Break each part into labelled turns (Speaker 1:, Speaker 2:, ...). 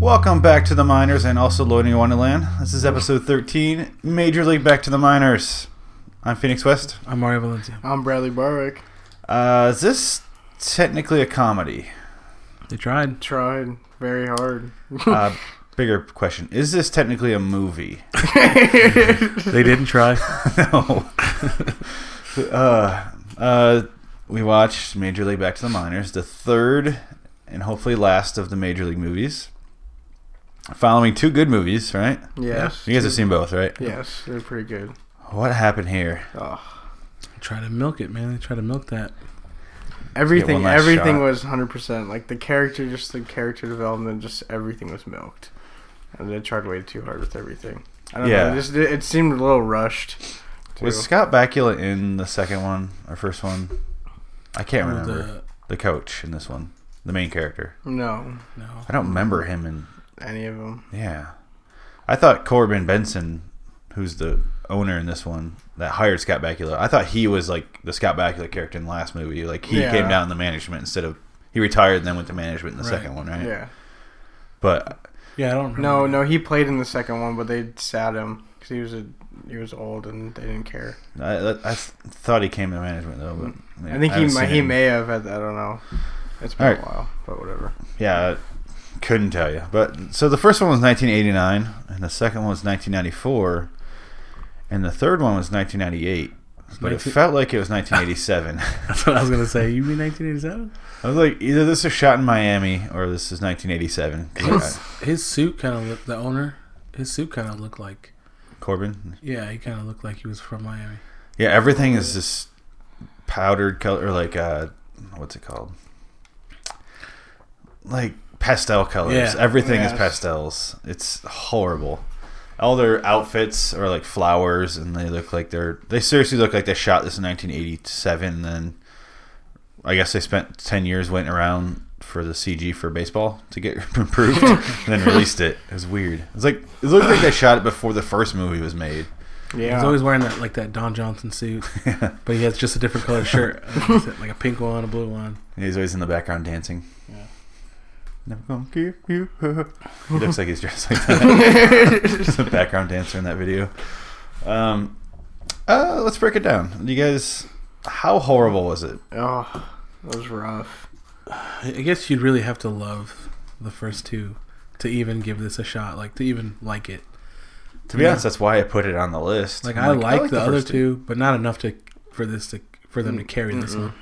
Speaker 1: Welcome back to the Miners and also Loading Wonderland. This is episode 13, Major League Back to the Miners. I'm Phoenix West.
Speaker 2: I'm Mario Valencia.
Speaker 3: I'm Bradley Barwick.
Speaker 1: Uh, is this technically a comedy?
Speaker 2: They tried.
Speaker 3: Tried very hard.
Speaker 1: Uh, bigger question: Is this technically a movie?
Speaker 2: They didn't try.
Speaker 1: no. uh, uh, we watched Major League Back to the Minors, the third and hopefully last of the Major League movies, following two good movies. Right?
Speaker 3: yes.
Speaker 1: You guys have seen both, right?
Speaker 3: Yes, they're pretty good.
Speaker 1: What happened here?
Speaker 3: Oh.
Speaker 2: try to milk it, man. They try to milk that.
Speaker 3: Everything,
Speaker 1: last
Speaker 3: everything
Speaker 1: shot.
Speaker 3: was hundred percent. Like the character, just the character development, just everything was milked, and they tried way too hard with everything. I don't
Speaker 1: Yeah.
Speaker 3: know. Just, it, it seemed a little rushed. too.
Speaker 1: Was Scott Bakula in the second one or first one? I can't
Speaker 2: Oh,
Speaker 1: remember. the coach in this one, the main character.
Speaker 3: no
Speaker 2: the- no.
Speaker 1: I don't remember him in
Speaker 3: any of them?
Speaker 1: Yeah. I thought Corbin Benson, who's the owner in this one, that hired Scott Bakula, I thought he was like the Scott Bakula character in the last movie. Like he
Speaker 3: Yeah.
Speaker 1: came down to management instead of he retired and then went to management in the
Speaker 2: Right.
Speaker 1: second one, right?
Speaker 3: Yeah.
Speaker 1: But
Speaker 2: Yeah, I don't remember.
Speaker 3: No, no. He played in the second one, but they sat him because he was a he was old and they didn't care.
Speaker 1: I, I, I thought he came to management though. But mean,
Speaker 3: I think he
Speaker 1: haven't
Speaker 3: might,
Speaker 1: seen
Speaker 3: he
Speaker 1: him.
Speaker 3: may have. Had, I don't know. It's been
Speaker 1: Alright.
Speaker 3: a while, but whatever.
Speaker 1: Yeah, I couldn't tell you. But so the first one was 1989, and the second one was 1994, and the third one was 1998. But it
Speaker 2: Nineteen-
Speaker 1: felt like it was 1987.
Speaker 2: That's what I was gonna say. You mean 1987?
Speaker 1: I was like, either this is shot in Miami or this is 1987. 'Cause I-
Speaker 2: His suit kind of looked. The owner, his suit kind of looked like.
Speaker 1: Corbin.
Speaker 2: Yeah, he kind of looked like he was from Miami.
Speaker 1: Yeah, everything is this powdered color, or like uh, what's it called? Like pastel colors.
Speaker 2: Yeah.
Speaker 1: Everything is
Speaker 3: Yes.
Speaker 1: pastels. It's horrible. All their outfits are like flowers, and they look like they're. They seriously look like they shot this in 1987. And then, I guess they spent 10 years went around for the CG for baseball to get improved, and then released it. It was weird. It's like it looked like they shot it before the first movie was made.
Speaker 3: Yeah.
Speaker 2: He's always wearing that like that Don Johnson suit, but he has just a different colored shirt, That's it, like a pink one, a blue one.
Speaker 1: And he's always in the background dancing.
Speaker 2: Yeah.
Speaker 1: Never gonna give you up. He looks like he's dressed like that. He's a background dancer in that video. Um, uh, let's break it down. You guys, how horrible was it?
Speaker 3: Oh, that was rough.
Speaker 2: I I guess you'd really have to love the first two to even give this a shot, like to even like it.
Speaker 1: To be
Speaker 2: Yeah.
Speaker 1: honest, that's why I put it on the list.
Speaker 2: Like
Speaker 1: I'm
Speaker 2: I like, the, other
Speaker 1: first
Speaker 2: two, Mm, but not enough to for this to for them to carry this one.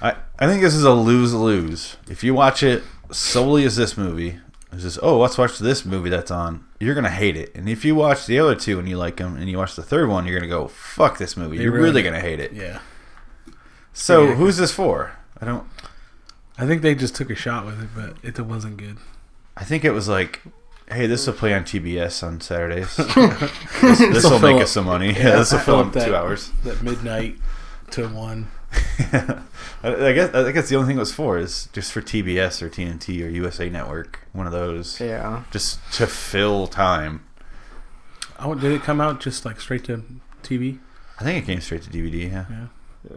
Speaker 1: I, I think this is a lose lose. If you watch it solely as this movie, it's just, oh, let's watch this movie that's on, you're going to hate it. And if you watch the other two and you like them and you watch the third one, you're going to go, fuck this movie.
Speaker 2: They
Speaker 1: you're
Speaker 2: ruined
Speaker 1: really
Speaker 2: it.
Speaker 1: going to hate it.
Speaker 2: Yeah,
Speaker 1: So
Speaker 2: Yeah.
Speaker 1: who's this for? I don't.
Speaker 2: I think they just took a shot with it, but it, it wasn't good.
Speaker 1: I think it was like, hey, this will play on TBS on Saturdays. this will make
Speaker 2: fill
Speaker 1: us
Speaker 2: up-
Speaker 1: some money. Yeah, this will
Speaker 2: I
Speaker 1: fill
Speaker 2: felt
Speaker 1: up
Speaker 2: that-
Speaker 1: two hours.
Speaker 2: That midnight to one.
Speaker 1: I I guess I guess the only thing it was for is just for TBS or TNT or USA Network, one of those,
Speaker 3: Yeah.
Speaker 1: just to fill time.
Speaker 2: Oh, did it come out just like straight to TV?
Speaker 1: I think it came straight to DVD. Yeah.
Speaker 2: Yeah.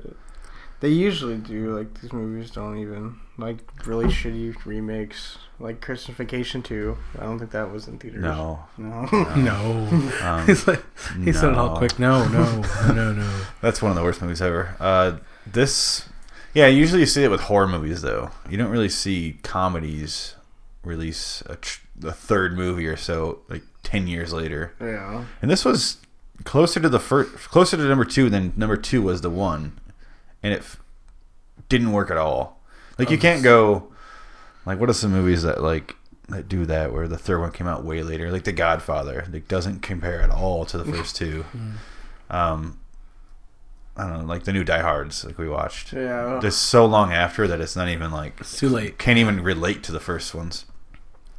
Speaker 3: They usually do. Like these movies don't even like really shitty remakes. Like Christification Two. I don't think that was in theaters.
Speaker 1: No.
Speaker 3: No.
Speaker 2: No.
Speaker 1: Um,
Speaker 2: He's like, he said it
Speaker 1: no.
Speaker 2: all quick. No, no, no, no, no.
Speaker 1: That's one of the worst movies ever. Uh, this, yeah, usually you see it with horror movies though. You don't really see comedies release a, tr- a third movie or so like ten years later.
Speaker 3: yeah.
Speaker 1: And this was closer to the first, closer to number two than number two was the one, and it f- didn't work at all. Like you can't go, like what are some movies that like that do that where the third one came out way later? Like The Godfather, like doesn't compare at all to the first two. Um, I don't know, like the new Die Hard's, like we watched.
Speaker 3: Yeah.
Speaker 1: Just so long after that it's not even like
Speaker 2: It's too late.
Speaker 1: can't even relate to the first ones.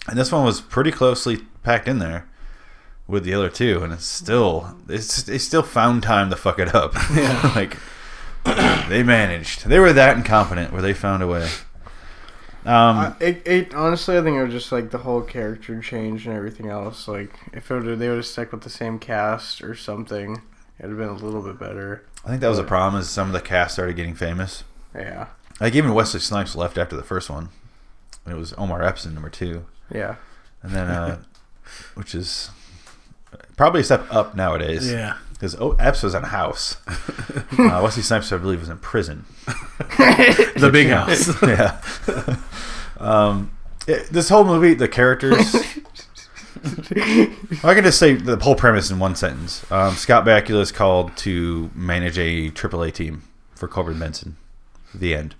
Speaker 1: And this one was pretty closely packed in there with the other two, and it's still it's they still found time to fuck it up.
Speaker 2: Yeah.
Speaker 1: like they managed. They were that incompetent where they found a way. Um,
Speaker 3: I, it, it honestly, I think it was just like the whole character change and everything else. Like if it would've- they would have stuck with the same cast or something, it would have been a little bit better.
Speaker 1: I think that was a problem is some of the cast started getting famous.
Speaker 3: Yeah.
Speaker 1: Like even Wesley Snipes left after the first one. And it was Omar Epps in number two.
Speaker 3: Yeah.
Speaker 1: and then uh, which is probably a step up nowadays.
Speaker 2: Yeah.
Speaker 1: Because oh, Epps was on House. Uh, Wesley Snipes, I believe, was in prison.
Speaker 2: The big house.
Speaker 1: yeah. um, it- this whole movie, the characters. I can just say the whole premise in one sentence. Um, Scott Bakula is called to manage a AAA team for Colburn Benson. The end.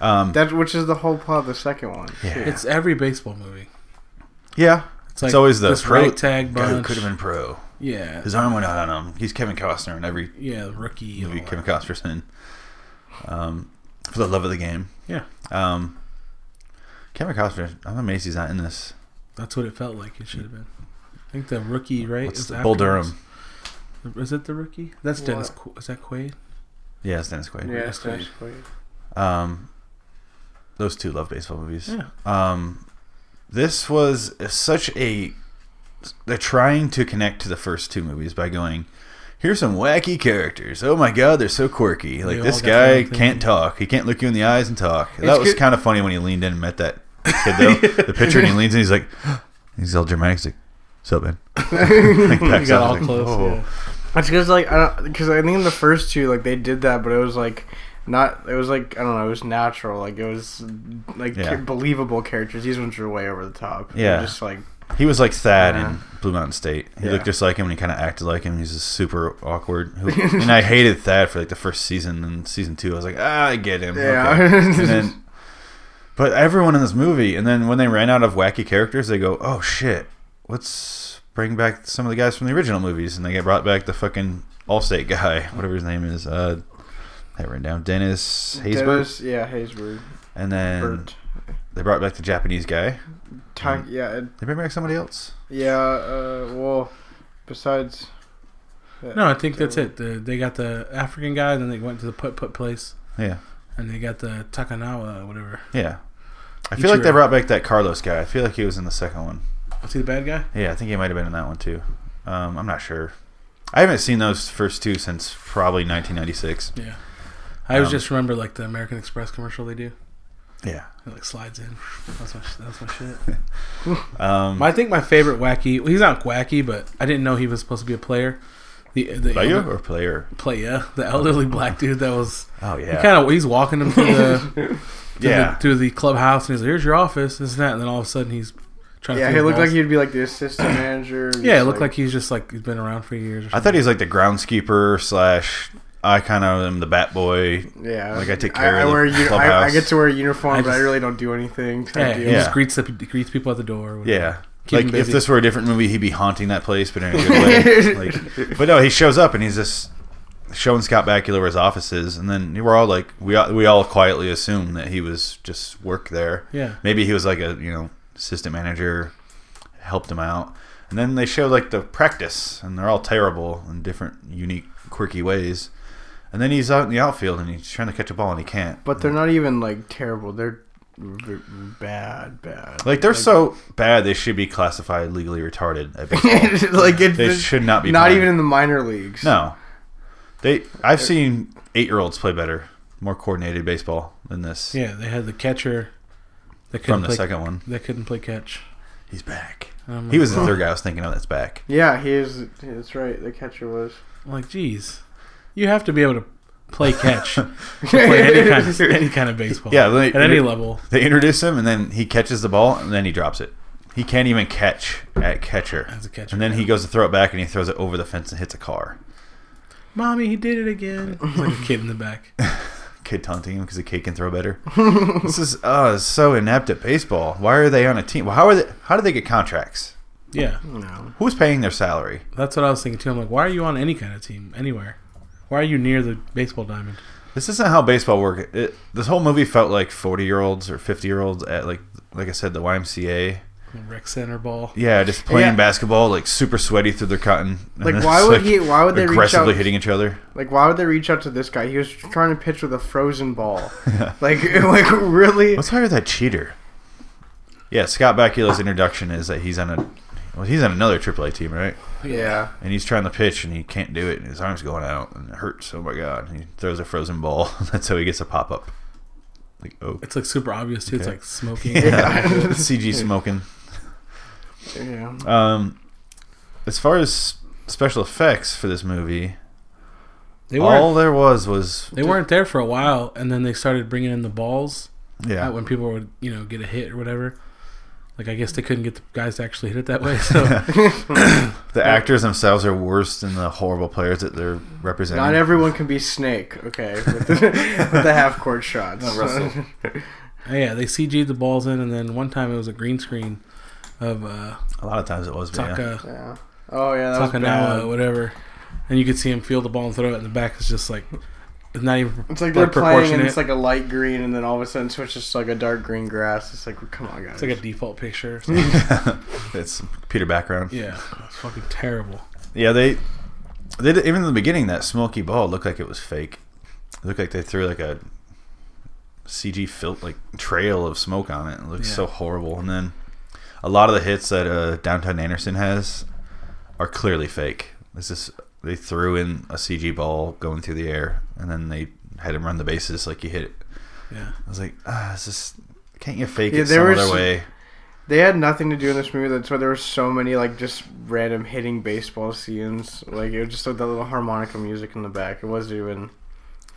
Speaker 1: Um,
Speaker 3: That which is the whole plot of the second one. too.
Speaker 1: Yeah.
Speaker 2: It's every baseball movie.
Speaker 1: yeah.
Speaker 2: It's,
Speaker 1: It's, always the
Speaker 2: this
Speaker 1: pro.
Speaker 2: ragtag
Speaker 1: guy who
Speaker 2: bunch.
Speaker 1: could have been pro.
Speaker 2: yeah.
Speaker 1: His arm went out on him. He's Kevin Costner in every
Speaker 2: Yeah, rookie. and
Speaker 1: movie
Speaker 2: all
Speaker 1: Kevin
Speaker 2: that.
Speaker 1: Costner's in. Um, for the love of the game.
Speaker 2: Yeah.
Speaker 1: Um, Kevin Costner, I'm amazed he's not in this.
Speaker 2: That's what it felt like it should have been. I think the rookie, right?
Speaker 1: What's
Speaker 2: is
Speaker 1: the, Bull
Speaker 2: afterwards.
Speaker 1: Durham.
Speaker 2: Is it the rookie? That's Dennis.
Speaker 3: What?
Speaker 2: Qu- is that Quaid?
Speaker 1: Yeah, it's Dennis Quaid.
Speaker 3: Yeah,
Speaker 2: Yeah,
Speaker 3: it's
Speaker 2: that's
Speaker 3: nice for you.
Speaker 1: Um, those two love baseball movies.
Speaker 2: Yeah.
Speaker 1: Um, this was such a. They're trying to connect to the first two movies by going, here's some wacky characters. Oh my god, they're so quirky. Like
Speaker 2: all
Speaker 1: this
Speaker 2: got their
Speaker 1: guy
Speaker 2: own thing.
Speaker 1: can't talk. He can't look you in the eyes and talk. that
Speaker 3: It's
Speaker 1: was
Speaker 3: good-
Speaker 1: kind of funny when he leaned in and met that kid though, the pitcher, and he leans in. He's like, he's all dramatic. He's like, "What's up, man?" like,
Speaker 2: We
Speaker 1: pecks
Speaker 2: got
Speaker 1: up,
Speaker 2: all
Speaker 1: like,
Speaker 2: close.
Speaker 1: "Oh."
Speaker 2: yeah.
Speaker 3: It's because like I because I think in the first two like they did that, but it was like not. It was like I don't know. It was natural. Like it was like
Speaker 1: Yeah.
Speaker 3: believable characters. These ones are way over the top. They're
Speaker 1: Yeah.
Speaker 3: just like
Speaker 1: He was like Thad
Speaker 3: Yeah.
Speaker 1: in Blue Mountain State. He
Speaker 3: Yeah.
Speaker 1: looked just like him, and he kind of acted like him. He's just super awkward. Who- and I hated Thad for like the first season. And season two, I was like, ah, I get him.
Speaker 3: yeah.
Speaker 1: Okay. And then, but everyone in this movie, and then when they ran out of wacky characters, they go, oh shit, let's bring back some of the guys from the original movies, and they get brought back the fucking Allstate guy, whatever his name is. Uh, I written down Dennis Haysbert,
Speaker 3: Dennis- yeah, Haysbert.
Speaker 1: and then
Speaker 3: Bert.
Speaker 1: they brought back the Japanese guy.
Speaker 3: Ta- yeah, it-
Speaker 1: They bring back somebody else.
Speaker 3: yeah. Uh, well, besides. uh, that-
Speaker 2: No, I think that's it. The, they got the African guy, then they went to the putt putt place,
Speaker 1: Yeah.
Speaker 2: and they got the Takanawa or whatever.
Speaker 1: Yeah. I feel like they
Speaker 2: Ichiro.
Speaker 1: brought back that Carlos guy. I feel like he was in the second one.
Speaker 2: Was he the bad guy?
Speaker 1: Yeah, I think he might have been in that one too. Um, I'm not sure. I haven't seen those first two since probably 1996.
Speaker 2: Yeah. I always
Speaker 1: Um,
Speaker 2: just remember like the American Express commercial they do.
Speaker 1: Yeah.
Speaker 2: It like slides in. That's my that's my shit.
Speaker 1: Um,
Speaker 2: I think my favorite wacky. Well, he's not wacky, but I didn't know he was supposed to be a player. The the
Speaker 1: player
Speaker 2: elder-
Speaker 1: or player?
Speaker 2: player, the elderly black dude that was
Speaker 1: Oh yeah.
Speaker 2: he kind of he's walking him through the to
Speaker 1: yeah.
Speaker 2: the, to the clubhouse and he's like, "Here's your office," this and that, and then all of a sudden he's trying.
Speaker 3: Yeah,
Speaker 2: to
Speaker 3: he
Speaker 2: throw
Speaker 3: looked like
Speaker 2: balls.
Speaker 3: he'd be like the assistant manager.
Speaker 2: Yeah, it looked like, he's just like he's been around for years. Or
Speaker 1: I thought he was like the groundskeeper slash. I kind of am the bat boy.
Speaker 3: yeah.
Speaker 1: like, I take care of the
Speaker 3: wear a uni- I, I
Speaker 1: clubhouse.
Speaker 3: get to wear a uniform,
Speaker 2: I
Speaker 3: but I
Speaker 2: just-
Speaker 3: really don't do anything. type
Speaker 2: something. yeah,
Speaker 3: deal.
Speaker 2: he
Speaker 1: Yeah.
Speaker 2: just greets the, greets people at the door. or whatever.
Speaker 1: Yeah.
Speaker 2: Keep him
Speaker 1: like if
Speaker 2: busy.
Speaker 1: this were a different movie, he'd be haunting that place, but in a good way. like, but no, he shows up and he's just showing Scott Bakula where his office is, and then we're all like, we all, we all quietly assume that he was just work there.
Speaker 2: yeah,
Speaker 1: Maybe he was like a you know assistant manager, helped him out, and then they show like the practice, and they're all terrible in different, unique, quirky ways. And then he's out in the outfield and he's trying to catch a ball and he can't.
Speaker 3: But they're not even like terrible. They're v- bad, bad.
Speaker 1: like they're so bad they should be classified legally retarded. At baseball.
Speaker 3: like it,
Speaker 1: they
Speaker 3: it's
Speaker 1: should not be
Speaker 3: not
Speaker 1: playing.
Speaker 3: even in the minor leagues.
Speaker 1: No, they. I've seen eight-year-olds play better, more coordinated baseball than this
Speaker 2: yeah. They had the catcher that couldn't
Speaker 1: from the
Speaker 2: play, Mm.
Speaker 1: second one.
Speaker 2: that couldn't play catch.
Speaker 1: He's back.
Speaker 2: And I'm
Speaker 1: He
Speaker 2: like,
Speaker 1: was the third guy I was thinking of. That's back.
Speaker 3: Yeah, he is. That's right. The catcher was.
Speaker 2: I'm like, geez, you have to be able to play catch, to play any kind of, any kind of baseball.
Speaker 1: Yeah, they-
Speaker 2: at any level.
Speaker 1: They introduce him, and then he catches the ball, and then he drops it. He can't even catch at catcher.
Speaker 2: As a catcher,
Speaker 1: And then he goes to throw it back, and he throws it over the fence and hits a car.
Speaker 2: "Mommy, he did it again." It's like a kid in the back.
Speaker 1: Kid taunting him because the kid can throw better. this is uh, so inept at baseball. Why are they on a team? Well, how are they? How do they get contracts?
Speaker 2: Yeah,
Speaker 3: No.
Speaker 1: Who's paying their salary?
Speaker 2: that's what I was thinking too. I'm like, why are you on any kind of team anywhere? Why are you near the baseball diamond?
Speaker 1: This isn't how baseball works. It, this whole movie felt like forty-year-olds or fifty-year-olds at like, like I said, the YMCA.
Speaker 2: Rec center ball.
Speaker 1: Yeah, just playing
Speaker 3: Yeah.
Speaker 1: basketball, like super sweaty through their cotton. and
Speaker 3: Like
Speaker 1: it's,
Speaker 3: why
Speaker 1: like,
Speaker 3: would he? Why would they reach
Speaker 1: aggressively
Speaker 3: out?
Speaker 1: hitting each other?
Speaker 3: Like why would they reach out to this guy? He was trying to pitch with a frozen ball. Like like really?
Speaker 1: Let's hire that cheater. Yeah, Scott Bakula's introduction is that he's on a, well, he's on another AAA team, right?
Speaker 3: Yeah.
Speaker 1: And he's trying to pitch and he can't do it, and his arm's going out and it hurts. Oh my god! And he throws a frozen ball. That's how he gets a pop up. Like oh,
Speaker 2: It's like super obvious too. It's
Speaker 1: Okay.
Speaker 2: like smoking.
Speaker 1: yeah. CG smoking.
Speaker 3: Yeah.
Speaker 1: Um, as far as special effects for this movie,
Speaker 2: They weren't.
Speaker 1: all there was was
Speaker 2: they weren't there for a while, and then they started bringing in the balls
Speaker 1: yeah.
Speaker 2: out when people would, you know, get a hit or whatever. Like I guess they couldn't get the guys to actually hit it that way. So
Speaker 1: the actors themselves are worse than the horrible players that they're representing.
Speaker 3: Not everyone can be Snake, okay, with the, with the half court shots.
Speaker 1: No, Russell.
Speaker 2: uh, yeah, they CG'd the balls in, and then one time it was a green screen of uh,
Speaker 1: a lot of times it was, but yeah.
Speaker 2: Taka
Speaker 3: yeah. Oh yeah, that was
Speaker 2: Takanawa,
Speaker 3: bad.
Speaker 2: whatever, and you could see him feel the ball and throw it, and the back is just like it's not even
Speaker 3: It's like they're playing and
Speaker 2: proportionate.
Speaker 3: it's like a light green, and then all of a sudden switches to like a dark green grass. It's like, come on, guys.
Speaker 2: It's like a default picture.
Speaker 1: it's Peter background. Yeah,
Speaker 2: yeah, it's fucking terrible.
Speaker 1: they they did, even in the beginning that smoky ball looked like it was fake. It looked like they threw like a CG fil- like trail of smoke on it. It looks
Speaker 2: Yeah.
Speaker 1: so horrible. And then a lot of the hits that uh, Downtown Anderson has are clearly fake. This is they threw in a CG ball going through the air, and then they had him run the bases like you hit it.
Speaker 2: Yeah,
Speaker 1: I was like, ah, is this can't you fake
Speaker 3: Yeah,
Speaker 1: it
Speaker 3: there
Speaker 1: some
Speaker 3: were
Speaker 1: other
Speaker 3: some-
Speaker 1: way?
Speaker 3: They had nothing to do in this movie. That's why there were so many like just random hitting baseball scenes. Like it was just like that little harmonica music in the back. It wasn't even.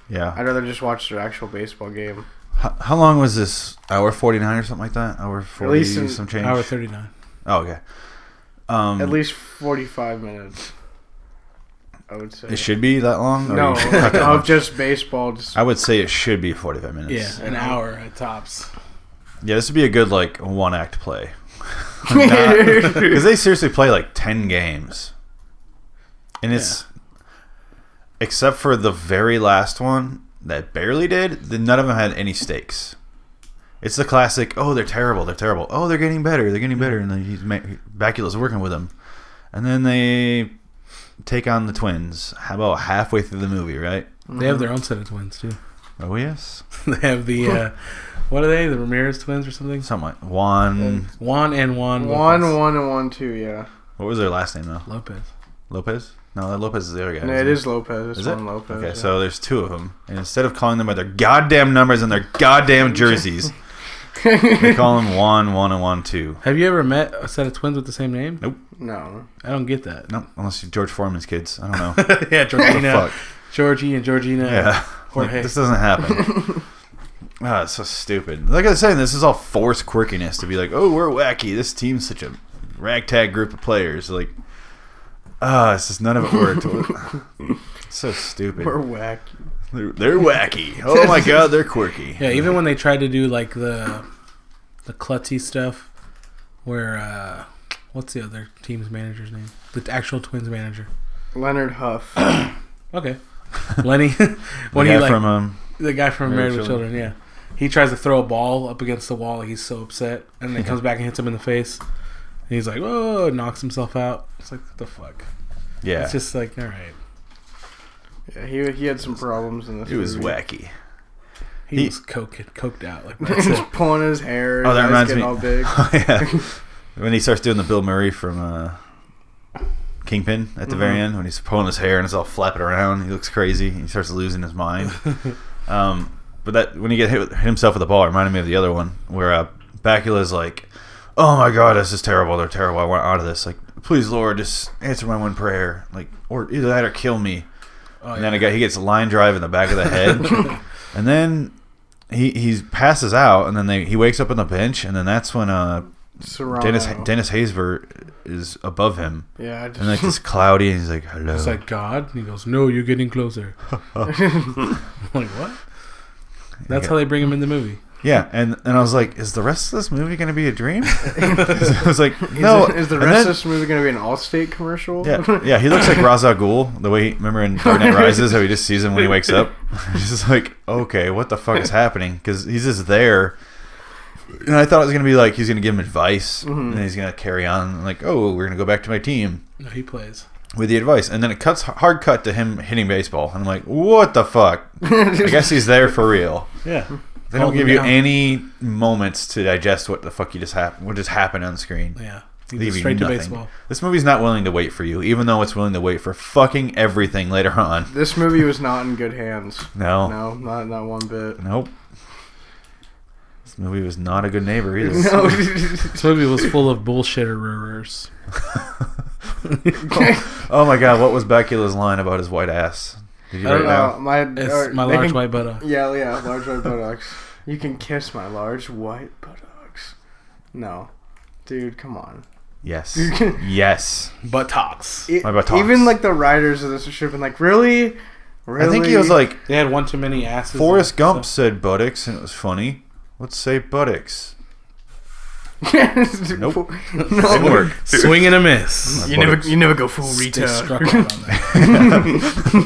Speaker 1: Yeah.
Speaker 3: I'd rather just watch their actual baseball game.
Speaker 1: How, how long was this? Hour forty nine or something like that? Hour forty
Speaker 3: least in-
Speaker 1: some change.
Speaker 2: hour thirty nine.
Speaker 1: oh okay. Um,
Speaker 3: At least forty-five minutes. I would say.
Speaker 1: it should be that long. Or
Speaker 3: no,
Speaker 1: you should cut that
Speaker 3: of
Speaker 1: much?
Speaker 3: just baseball. Just
Speaker 1: I would say it should be forty five minutes.
Speaker 2: Yeah, an hour at tops.
Speaker 1: Yeah, this would be a good like one act play. Because they seriously play like ten games, and it's except for the very last one that barely did. Then none of them had any stakes. It's the classic. Oh, they're terrible. They're terrible. Oh, they're getting better. They're getting better. And then he's ma- Bakula's working with them, and then they take on the twins. How about halfway through the movie, right?
Speaker 2: They
Speaker 3: mm-hmm.
Speaker 2: have their own set of twins too.
Speaker 1: Oh yes,
Speaker 2: they have the uh, what are they? The Ramirez twins or something?
Speaker 1: something like Juan.
Speaker 2: Juan and Juan.
Speaker 3: one,
Speaker 2: Lopez.
Speaker 3: one, and one, two. Yeah,
Speaker 1: What was their last name though?
Speaker 2: Lopez.
Speaker 1: Lopez? No, Lopez is the other guy.
Speaker 3: no,
Speaker 1: isn't
Speaker 3: it
Speaker 1: he?
Speaker 3: is Lopez. It's
Speaker 1: Is it?
Speaker 3: Juan Lopez.
Speaker 1: Okay,
Speaker 3: yeah.
Speaker 1: so there's two of them, and instead of calling them by their goddamn numbers and their goddamn jerseys, they call them one, one, and one, two.
Speaker 2: Have you ever met a set of twins with the same name?
Speaker 3: no,
Speaker 2: I don't get that.
Speaker 1: No, unless you're George Foreman's kids. I don't know. What
Speaker 2: yeah,
Speaker 1: the
Speaker 2: Georgina,
Speaker 1: fuck?
Speaker 2: Georgie, and Georgina.
Speaker 1: Yeah, Like,
Speaker 2: Jorge.
Speaker 1: this doesn't happen. Ah, it's so stupid. Like I was saying, this is all forced quirkiness to be like, oh, we're wacky. This team's such a ragtag group of players. Like, ah, it's just none of it worked. so stupid.
Speaker 3: we're whack.
Speaker 1: They're, they're wacky. Oh my god, they're quirky.
Speaker 2: Yeah, even when they tried to do like the the klutzy stuff, where uh, what's the other team's manager's name? The actual twins manager.
Speaker 3: Leonard Huff.
Speaker 2: Okay, Lenny.
Speaker 1: When
Speaker 2: when
Speaker 1: the
Speaker 2: he
Speaker 1: guy
Speaker 2: like
Speaker 1: from um,
Speaker 2: the guy from
Speaker 1: Married
Speaker 2: Married with
Speaker 1: Children.
Speaker 2: Children. yeah, he tries to throw a ball up against the wall. He's so upset, and then comes back and hits him in the face. And he's like, "Whoa!" and Knocks himself out. It's like what the fuck.
Speaker 1: yeah,
Speaker 2: It's just like all right.
Speaker 3: yeah, he he had some problems in this.
Speaker 1: It was
Speaker 3: movie.
Speaker 1: wacky.
Speaker 2: He,
Speaker 1: He-
Speaker 2: was coked, coked out. Like that's it.
Speaker 3: Just pulling his hair.
Speaker 1: Oh, that
Speaker 3: his
Speaker 1: reminds
Speaker 3: eyes getting
Speaker 1: me.
Speaker 3: All big.
Speaker 1: Oh, yeah. when he starts doing the Bill Murray from uh, Kingpin at the very
Speaker 2: Mm-hmm.
Speaker 3: Mhm.
Speaker 1: end, when he's pulling his hair and it's all flapping around, he looks crazy. He starts losing his mind. um, but that when he get hit, with- hit himself with a ball, it reminded me of the other one where uh, Bakula's like, "Oh my God, this is terrible. They're terrible. I want out of this. Like, please, Lord, just answer my one prayer. Like, or either that or kill me."
Speaker 2: Oh,
Speaker 1: And then a guy he gets a line drive in the back of the head, and then he he passes out, and then they, he wakes up on the bench, and then that's when uh
Speaker 3: Serrano.
Speaker 1: Dennis Dennis Haysbert is above him,
Speaker 3: Yeah, I just,
Speaker 1: and like it's cloudy, and he's like, "Hello."
Speaker 2: It's like God. And he goes, "No, you're getting closer." I'm like what? That's how they bring him in the movie.
Speaker 1: yeah, and and I was like, "Is the rest of this movie gonna be a dream?" I was like,
Speaker 3: is
Speaker 1: "No."
Speaker 3: the- is the
Speaker 1: and
Speaker 3: rest
Speaker 1: then-
Speaker 3: of this movie going to be an Allstate commercial?
Speaker 1: yeah, yeah, he looks like Ra's al Ghul. The way he, remember in Dark Knight Rises, how he just sees him when he wakes up. He's just like, okay, what the fuck is happening? Because he's just there. And I thought it was gonna be like he's gonna give him advice, and then he's gonna carry on. Like, oh, we're gonna go back to my team
Speaker 2: No, he plays.
Speaker 1: with the advice, and then it cuts hard cut to him hitting baseball. And I'm like, what the fuck? I guess he's there for real.
Speaker 2: Yeah.
Speaker 1: They don't
Speaker 2: Hold
Speaker 1: give
Speaker 2: him
Speaker 1: you
Speaker 2: down.
Speaker 1: any moments to digest what the fuck you just happened, what just happened on screen.
Speaker 2: Yeah.
Speaker 1: They
Speaker 2: He's
Speaker 1: give you
Speaker 2: straight to
Speaker 1: nothing.
Speaker 2: baseball.
Speaker 1: This movie's not willing to wait for you, even though it's willing to wait for fucking everything later on.
Speaker 3: This movie
Speaker 1: Oh.
Speaker 3: was not in good hands.
Speaker 1: No.
Speaker 3: No, not not one bit.
Speaker 1: Nope. This movie was not a good neighbor either.
Speaker 3: No.
Speaker 2: This movie was full of bullshitterers.
Speaker 1: Oh my god, what was Bakula's line about his white ass? Did you
Speaker 2: I
Speaker 1: write
Speaker 2: don't
Speaker 1: it
Speaker 3: Uh,
Speaker 1: down?
Speaker 3: my
Speaker 2: It's
Speaker 3: or
Speaker 2: my
Speaker 3: they
Speaker 2: large
Speaker 3: can-
Speaker 2: white uh, buttock.
Speaker 3: Yeah, yeah, large white buttocks. You can kiss my large white buttocks. No, dude, come on.
Speaker 1: Yes. yes.
Speaker 2: Buttocks.
Speaker 3: It-
Speaker 1: My buttocks.
Speaker 3: E Even like the writers of this should have been like, really, really.
Speaker 1: I think he was like
Speaker 2: They had one too many asses. and
Speaker 1: Forrest Gump
Speaker 2: stuff.
Speaker 1: said buttocks and it was funny. Let's say buttocks. Nope.
Speaker 3: no.
Speaker 1: Didn't work.
Speaker 2: Swing and a miss.
Speaker 3: You never,
Speaker 1: Buttocks.
Speaker 3: you never go full
Speaker 2: Stay struck
Speaker 3: retard.
Speaker 2: out on that.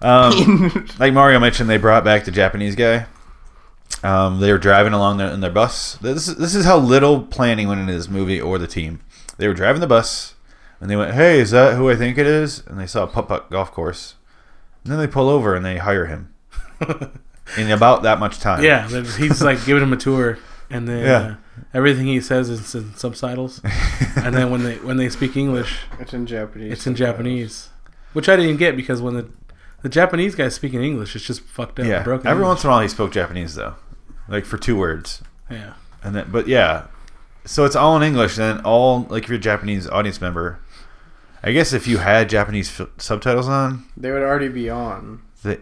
Speaker 1: Um, like Mario mentioned, they brought back the Japanese guy. Um, they were driving along their, in their bus. This is, this is how little planning went into this movie or the team. They were driving the bus, and they went, "Hey, is that who I think it is?" And they saw a putt putt golf course, and then they pull over and they hire him in about that much time.
Speaker 2: Yeah, there's- he's like giving him a tour, and then
Speaker 1: Yeah.
Speaker 2: uh, everything he says is in subtitles. and then when they when they speak English,
Speaker 3: It's in Japanese.
Speaker 2: it's in
Speaker 3: sometimes.
Speaker 2: Japanese, which I didn't get because when the the Japanese guy's speaking English, it's just fucked up.
Speaker 1: yeah.
Speaker 2: broken
Speaker 1: Every
Speaker 2: English.
Speaker 1: once in a while, he spoke Japanese though, like for two words.
Speaker 2: yeah.
Speaker 1: And then, but yeah, so it's all in English. And then all like if you're a Japanese audience member, I guess if you had Japanese f- subtitles on,
Speaker 3: They would already be on.
Speaker 1: the,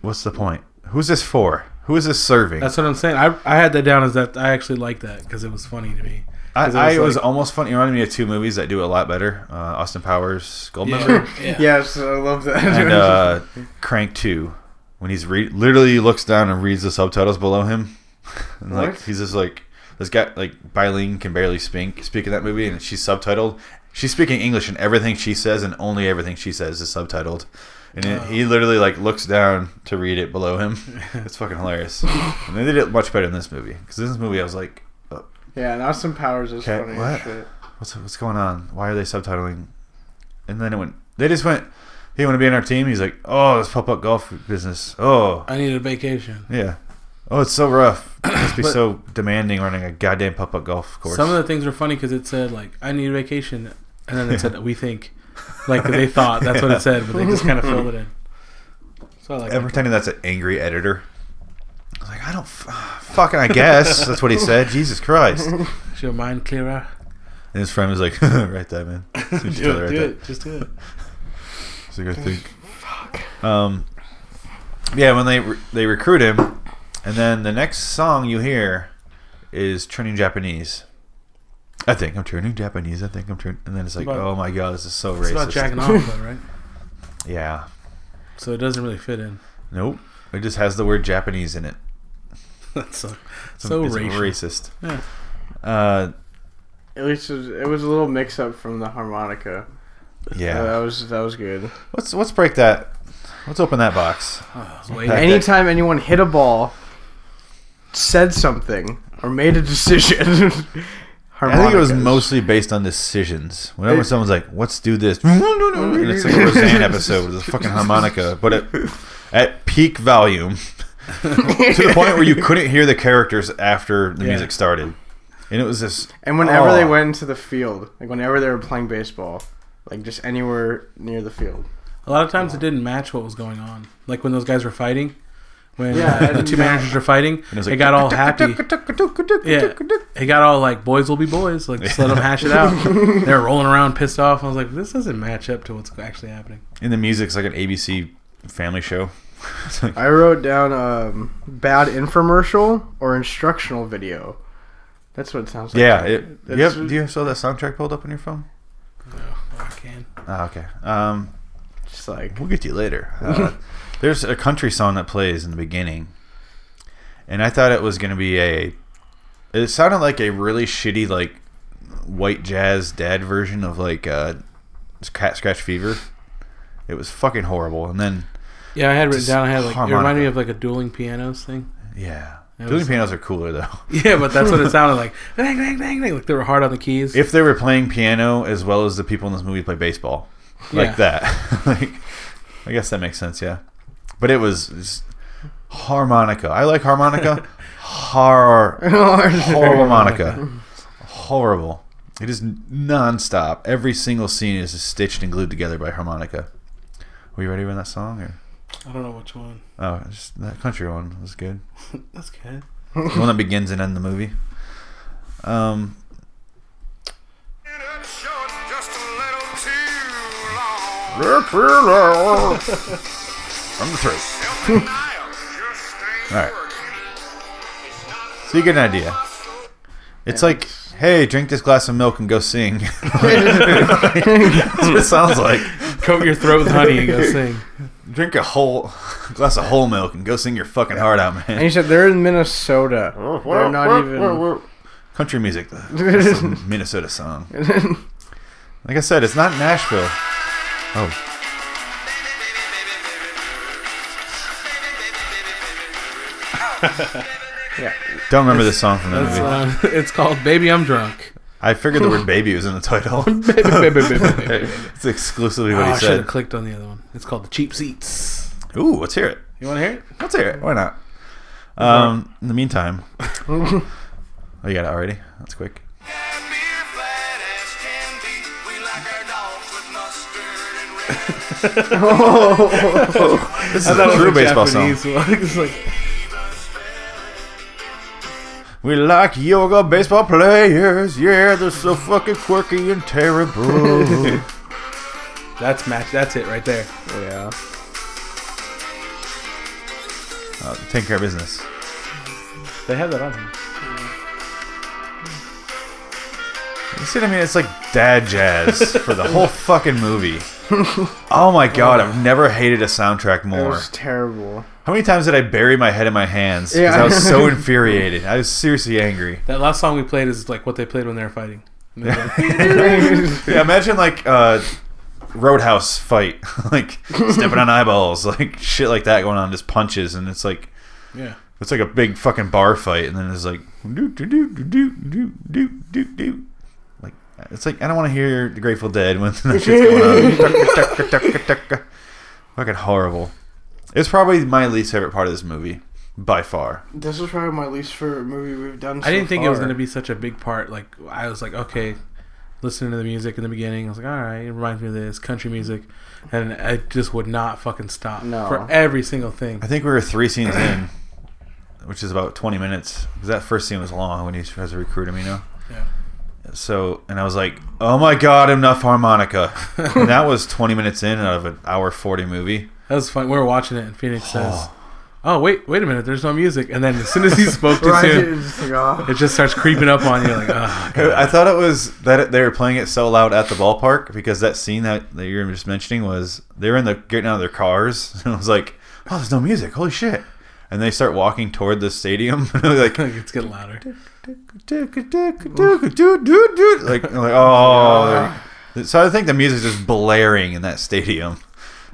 Speaker 1: what's the point? Who's this for? Who is this serving?
Speaker 2: That's what I'm saying. I, I had that down as that I actually liked that because it was funny to me.
Speaker 1: I,
Speaker 2: 'cause it
Speaker 1: I
Speaker 2: was
Speaker 1: it was
Speaker 2: like-
Speaker 1: almost funny. It reminded me of two movies that do it a lot better: uh, Austin Powers, Goldmember,
Speaker 2: yeah.
Speaker 3: Yes, I love that.
Speaker 1: and uh, Crank Two, when he's re- literally looks down and reads the subtitles below him, and like
Speaker 3: What?
Speaker 1: he's just like this guy like Eileen can barely speak speak in that movie, and she's subtitled. She's speaking English, and everything she says and only everything she says is subtitled. And it, he literally like looks down to read it below him. It's fucking hilarious. and they did it much better in this movie because in this movie I was like, oh,
Speaker 3: yeah, and Austin Powers is
Speaker 1: Okay,
Speaker 3: funny
Speaker 1: what?
Speaker 3: as shit.
Speaker 1: what's what's going on? Why are they subtitling? And then it went. They just went. Hey, want to be on our team? He's like, oh, this pop up golf business. Oh,
Speaker 2: I needed a vacation.
Speaker 1: yeah. Oh, it's so rough. It must be so demanding running a goddamn pop up golf course.
Speaker 2: Some of the things were funny because it said like I need a vacation, and then it said we think, like they thought that's what
Speaker 1: Yeah.
Speaker 2: it said, but they just kind of filled it in. So I like
Speaker 1: Every
Speaker 2: that.
Speaker 1: time that's an angry editor. I was like, I don't f- fucking. I guess that's what he said. Jesus Christ. And
Speaker 2: Is your mind clearer?
Speaker 1: his friend was like, right that man. So just tell her right there.
Speaker 2: Just do it.
Speaker 1: It's like, I think. Um, yeah, when they re- they recruit him, and then the next song you hear is turning Japanese. I think I'm turning Japanese. I think I'm turning, and then it's like,
Speaker 2: about-
Speaker 1: oh my god, this is so
Speaker 2: It's
Speaker 1: racist.
Speaker 2: about jacking off, though, right?
Speaker 1: Yeah.
Speaker 2: So it doesn't really fit in.
Speaker 1: Nope. It just has the word Japanese in it.
Speaker 2: That's so,
Speaker 1: It's
Speaker 2: so
Speaker 1: it's
Speaker 2: racial.
Speaker 1: racist.
Speaker 2: Yeah.
Speaker 1: Uh,
Speaker 3: At least it was, it was a little mix up from the harmonica. Uh, that
Speaker 1: yeah.
Speaker 3: was that was good.
Speaker 1: Let's let's break that. Let's open that box.
Speaker 2: Oh, it's way-
Speaker 1: Hey.
Speaker 3: Anytime anyone hit a ball, said something, or made a decision,
Speaker 1: I think it was
Speaker 3: harmonicas.
Speaker 1: mostly based on decisions. Whenever
Speaker 3: It-
Speaker 1: someone's like, "Let's do this," and it's like a Roseanne episode with a fucking harmonica, but at, at peak volume to the point where you couldn't hear the characters after the
Speaker 2: Yeah.
Speaker 1: music started, and it was this.
Speaker 3: And whenever they
Speaker 1: Oh.
Speaker 3: went into the field, like whenever they were playing baseball, like just anywhere near the field.
Speaker 2: A lot of times it didn't match what was going on. Like when those guys were fighting, when
Speaker 3: Yeah,
Speaker 2: uh, the
Speaker 3: and-
Speaker 2: two managers were fighting,
Speaker 1: And it was
Speaker 2: it
Speaker 1: like-
Speaker 2: got all Oh, happy. Yeah, it got all like boys will be boys. Like just let them hash it out. they were rolling around, pissed off. I was like, this doesn't match up to what's actually happening.
Speaker 1: And the music's like an ABC family show. It's like-
Speaker 3: I wrote down um, bad infomercial or instructional video. That's what it sounds like.
Speaker 1: yeah, it, do you have,
Speaker 3: That's-
Speaker 1: do you still have that soundtrack pulled up on your phone?
Speaker 2: I can.
Speaker 1: Ah, okay. Um,
Speaker 3: Just like
Speaker 1: We'll get to you later. Uh, there's a country song that plays in the beginning, and I thought it was going to be a. It sounded like a really shitty, like white jazz dad version of like uh, Cat Scratch Fever. It was fucking horrible. And then
Speaker 2: Yeah, I had written
Speaker 1: Just
Speaker 2: down. I had like it reminded
Speaker 1: harmonica.
Speaker 2: me of like a dueling pianos thing.
Speaker 1: yeah,
Speaker 2: It
Speaker 1: dueling
Speaker 2: was-
Speaker 1: pianos are cooler though.
Speaker 2: Yeah, but that's what it sounded like. Bang, bang, bang, bang. Like they were hard on the keys.
Speaker 1: If they were playing piano as well as the people in this movie play baseball,
Speaker 2: Yeah.
Speaker 1: like that, like I guess that makes sense. Yeah, but it was. just Harmonica. I like harmonica. Har horrible Monica. horrible. It is nonstop. Every single scene is stitched and glued together by harmonica. Were you ready when that song? Or
Speaker 2: I don't know which one.
Speaker 1: oh, just that country one was good.
Speaker 2: That's good.
Speaker 1: the one that begins and ends the movie. Um, from the throat.
Speaker 4: Alright.
Speaker 1: So you get an idea. It's like, hey, drink this glass of milk and go sing. That's what it sounds like.
Speaker 2: Coat your throat with honey and go sing.
Speaker 1: Drink a whole glass of whole milk and go sing your fucking heart out,
Speaker 3: And he
Speaker 1: man.
Speaker 3: said they're in Minnesota. They're not even.
Speaker 1: Country music, though. It's a Minnesota song. Like I said, it's not Nashville. Oh,
Speaker 3: yeah.
Speaker 1: don't remember this song from that
Speaker 2: That's,
Speaker 1: movie.
Speaker 2: uh, it's called Baby I'm Drunk.
Speaker 1: I figured the word "baby" was in the title.
Speaker 2: Baby, baby, baby, baby, baby.
Speaker 1: it's exclusively
Speaker 2: Oh,
Speaker 1: what
Speaker 2: I
Speaker 1: he
Speaker 2: should have
Speaker 1: said.
Speaker 2: clicked on the other one. It's called The Cheap Seats.
Speaker 1: Ooh, let's hear it.
Speaker 2: You want to hear it?
Speaker 1: Let's hear it. Why not? Um, in the meantime, oh, you got it already. That's quick.
Speaker 2: Oh.
Speaker 1: This is a true baseball song. We like yoga baseball players. Yeah, they're so fucking quirky and terrible.
Speaker 2: That's match. That's it right there.
Speaker 3: Yeah.
Speaker 1: uh, take care of business.
Speaker 2: They have that on here.
Speaker 1: You see what I mean? It's like dad jazz for the whole fucking movie. Oh my god, I've never hated a soundtrack
Speaker 3: It
Speaker 1: more.
Speaker 3: was terrible.
Speaker 1: How many times did I bury my head in my hands? Because
Speaker 3: Yeah.
Speaker 1: I was so infuriated. I was seriously angry.
Speaker 2: That last song we played is like what they played when they were fighting. And they're like,
Speaker 1: Yeah, imagine like uh, Roadhouse fight, like stepping on eyeballs, like shit like that going on, just punches, and it's like
Speaker 2: yeah.
Speaker 1: it's like a big fucking bar fight, and then it's like do do do do do do do do do. Like it's like I don't want to hear the Grateful Dead when that shit's going on. fucking horrible. It's probably my least favorite part of this movie by far.
Speaker 3: This is probably my least favorite movie we've done. So
Speaker 2: I didn't think it was
Speaker 3: far.
Speaker 2: going to be such a big part. Like I was like, okay, listening to the music in the beginning, I was like, all right, it reminds me of this country music, and I just would not fucking stop
Speaker 3: No.
Speaker 2: for every single thing.
Speaker 1: I think we were three scenes in, which is about 20 minutes. Because that first scene was long when he has to recruit him, you know?
Speaker 2: Yeah.
Speaker 1: So, and I was like, oh my God, enough harmonica. and that was 20 minutes in out of an hour 40 movie.
Speaker 2: That was fun. We were watching it, and Phoenix says, "Oh wait, wait a minute, there's no music." And then as soon as he spoke too
Speaker 3: Right, it
Speaker 2: soon,
Speaker 3: was just like, oh.
Speaker 2: it just starts creeping up on you. Like, oh,
Speaker 1: I thought it was that they were playing it so loud at the ballpark because that scene that, that you were just mentioning was they were in the getting out of their cars. And I was like, oh, there's no music. Holy shit. And they start walking toward the stadium. And they're like,
Speaker 2: it's getting louder.
Speaker 1: like like oh they're- so i think the music's just blaring in that stadium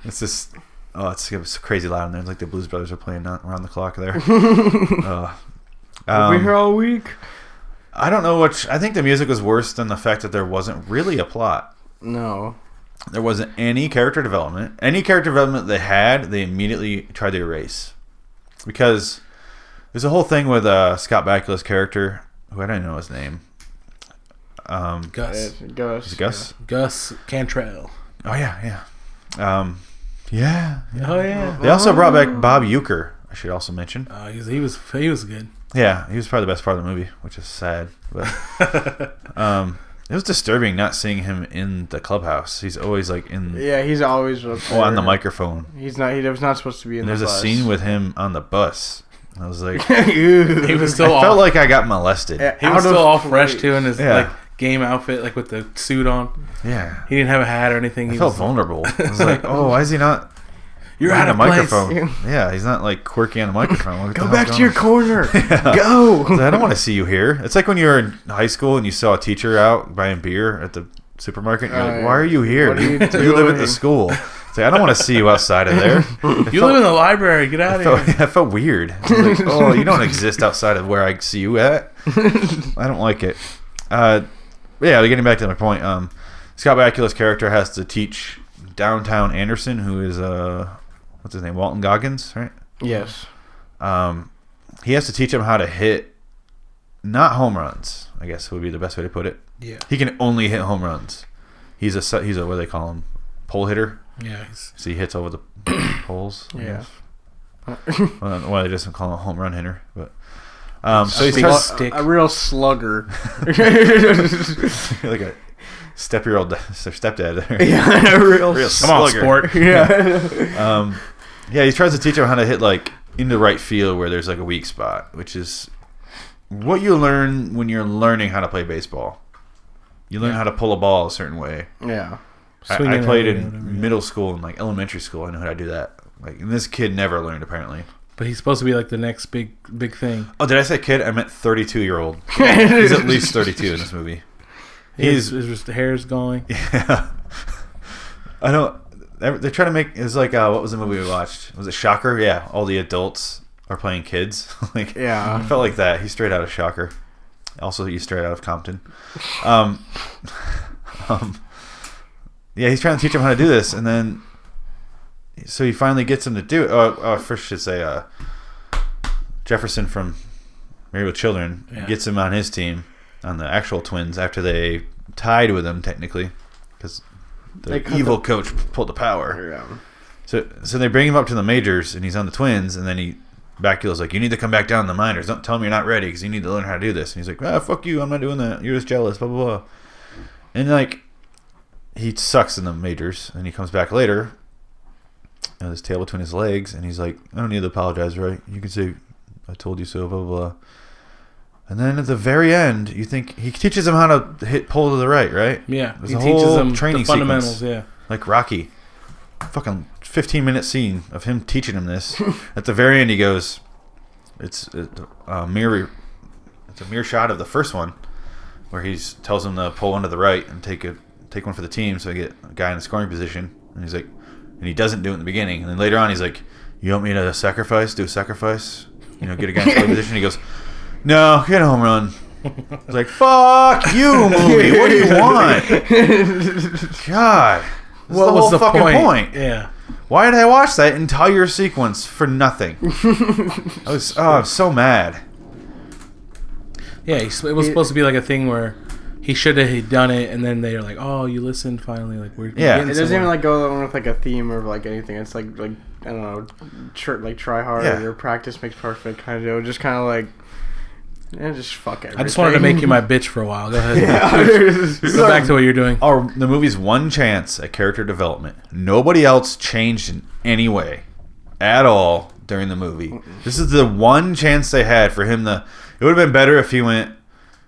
Speaker 1: it's just oh it's, it's crazy loud in there It's like the blues brothers are playing on- around the clock there uh,
Speaker 3: we
Speaker 1: um,
Speaker 3: here all week.
Speaker 1: i don't know which i think the music was worse than the fact that there wasn't really a plot
Speaker 3: No.
Speaker 1: there wasn't any character development any character development they had they immediately tried to erase because there's a whole thing with uh, scott bakula's character who i don't even know his name um,
Speaker 2: Gus,
Speaker 3: It's Gus.
Speaker 1: Is it Gus?
Speaker 2: Gus Cantrell.
Speaker 1: Oh yeah, yeah. Um, yeah, yeah.
Speaker 2: Oh yeah.
Speaker 1: They also brought back Bob Euchre. I should also mention.
Speaker 2: Uh, he's, he was he was good.
Speaker 1: Yeah, he was probably the best part of the movie, which is sad. But um, it was disturbing not seeing him in the clubhouse. He's always like in
Speaker 3: Yeah, he's always up
Speaker 1: oh, on the
Speaker 3: there.
Speaker 1: microphone.
Speaker 3: He's not. He was not supposed to be in.
Speaker 1: And there's
Speaker 3: the
Speaker 1: a
Speaker 3: bus.
Speaker 1: scene with him on the bus. I was like,
Speaker 2: He
Speaker 3: Ew.
Speaker 2: was
Speaker 1: I
Speaker 2: still off.
Speaker 1: felt like I got molested.
Speaker 3: Yeah,
Speaker 2: he was
Speaker 3: out
Speaker 2: still
Speaker 3: of
Speaker 2: all fresh
Speaker 3: place.
Speaker 2: too in his
Speaker 1: Yeah.
Speaker 2: like game outfit, like with the suit on.
Speaker 1: Yeah.
Speaker 2: He didn't have a hat or anything.
Speaker 1: I
Speaker 2: He
Speaker 1: felt
Speaker 2: was,
Speaker 1: vulnerable. I was like, oh, why is he not?
Speaker 2: You're out
Speaker 1: on a
Speaker 2: of place.
Speaker 1: microphone. Yeah, he's not like quirky on a microphone. What the
Speaker 3: Go
Speaker 1: hell's
Speaker 3: back to
Speaker 1: going
Speaker 3: your
Speaker 1: on?
Speaker 3: corner.
Speaker 1: Yeah.
Speaker 3: Go.
Speaker 1: I don't want to see you here. It's like when you were in high school and you saw a teacher out buying beer at the supermarket. And you're like,
Speaker 3: Right.
Speaker 1: why are you here?
Speaker 3: What are you
Speaker 1: live at the
Speaker 3: doing?"
Speaker 1: school. It's like, I don't want to see you outside of there. It
Speaker 2: You
Speaker 1: felt-
Speaker 2: live in the library. Get out
Speaker 1: I
Speaker 2: of here.
Speaker 1: felt, I felt weird. I was like, oh, you don't exist outside of where I see you at. I don't like it. Uh, yeah, getting back to my point, um, Scott Bakula's character has to teach downtown Anderson, who is uh, what's his name, Walton Goggins, right?
Speaker 3: Yes.
Speaker 1: um, he has to teach him how to hit not home runs i guess would be the best way to put it
Speaker 2: Yeah.
Speaker 1: he can only hit home runs he's a su- he's a what do they call him pole hitter
Speaker 2: Yeah. He's,
Speaker 1: so he hits over the poles I
Speaker 3: Yeah.
Speaker 1: guess. well, well they just call him a home run hitter but Um, so he's
Speaker 2: Speak-
Speaker 1: trying
Speaker 2: Well,
Speaker 1: to,
Speaker 2: stick.
Speaker 3: A, a real slugger.
Speaker 1: like a step year old stepdad. there.
Speaker 3: yeah, a real.
Speaker 1: Real
Speaker 3: s-
Speaker 1: Come on, sport.
Speaker 3: Yeah.
Speaker 1: Um, yeah, he tries to teach him how to hit like into right field where there's like a weak spot, which is what you learn when you're learning how to play baseball. You learn how to pull a ball a certain way.
Speaker 3: yeah.
Speaker 1: I,
Speaker 2: Swing
Speaker 1: I
Speaker 2: and
Speaker 1: played
Speaker 2: everything, whatever, yeah.
Speaker 1: in middle school and like elementary school. I know how to do that. Like, and this kid never learned apparently.
Speaker 2: But he's supposed to be like the next big big thing.
Speaker 1: Oh, did I say kid? I meant 32 year old. He's at least 32 in this movie.
Speaker 2: His,
Speaker 1: He's
Speaker 2: his, his hair's going.
Speaker 1: yeah. I don't. They're they're trying to make it's like uh, what was the movie we watched? Was it Shocker? Yeah, all the adults are playing kids. like I
Speaker 3: Yeah.
Speaker 1: felt like that. He's straight out of Shocker. Also, he's straight out of Compton. Um, um, yeah, he's trying to teach him how to do this, and then so he finally gets him to do it. Oh, oh first I should say uh, Jefferson from Married with Children
Speaker 2: Yeah.
Speaker 1: gets him on his team on the actual Twins after they tied with him technically because the
Speaker 3: They cut
Speaker 1: evil coach pulled the power.
Speaker 3: Yeah.
Speaker 1: So so they bring him up to the majors, and he's on the Twins, and then he Bakula's like, "You need to come back down to the minors. Don't tell me you're not ready because you need to learn how to do this." And he's like, "Ah, fuck you. I'm not doing that. You're just jealous." Blah blah blah. And like, he sucks in the majors, and he comes back later. And his tail between his legs, and he's like, "I don't need to apologize, right? You can say, I told you so." Blah blah. blah. And then at the very end, you think he teaches him how to hit pull to the right, right?
Speaker 2: Yeah,
Speaker 1: There's
Speaker 2: he
Speaker 1: a
Speaker 2: teaches
Speaker 1: whole
Speaker 2: him
Speaker 1: training
Speaker 2: the fundamentals.
Speaker 1: like Rocky. Fucking 15 minute scene of him teaching him this. At the very end, he goes, "It's uh, a, a mirror. It's a mere shot of the first one, where he tells him to pull one to the right and take a take one for the team, so I get a guy in a scoring position." And he's like, and he doesn't do it in the beginning, and then later on, he's like, "You want me to sacrifice? Do a sacrifice? You know, get a guy in a scoring position?" He goes, "No, get a home run." It's like, "Fuck you, movie. What do you want?" God.
Speaker 2: Yeah.
Speaker 1: This is whole fucking point?
Speaker 2: Yeah.
Speaker 1: Why did I watch that entire sequence for nothing? I was oh, I'm so mad.
Speaker 2: Yeah, he's, it was
Speaker 3: It-
Speaker 2: supposed to be like a thing where he should have done it, and then they're like, "Oh, you listened finally." Like we're we're
Speaker 1: Yeah.
Speaker 2: getting
Speaker 3: It doesn't even
Speaker 2: somewhere.
Speaker 3: like go along with like a theme or like anything. It's like like I don't know, tr- like try hard
Speaker 1: Yeah.
Speaker 3: or practice makes perfect kind of deal. Just kind of like, yeah, just fuck everything.
Speaker 2: I just wanted to make you my bitch for a while. Go ahead.
Speaker 3: yeah.
Speaker 2: Go back to what you're doing.
Speaker 1: Our the movie's one chance at character development. Nobody else changed in any way at all during the movie. This is the one chance they had for him to it would have been better if he went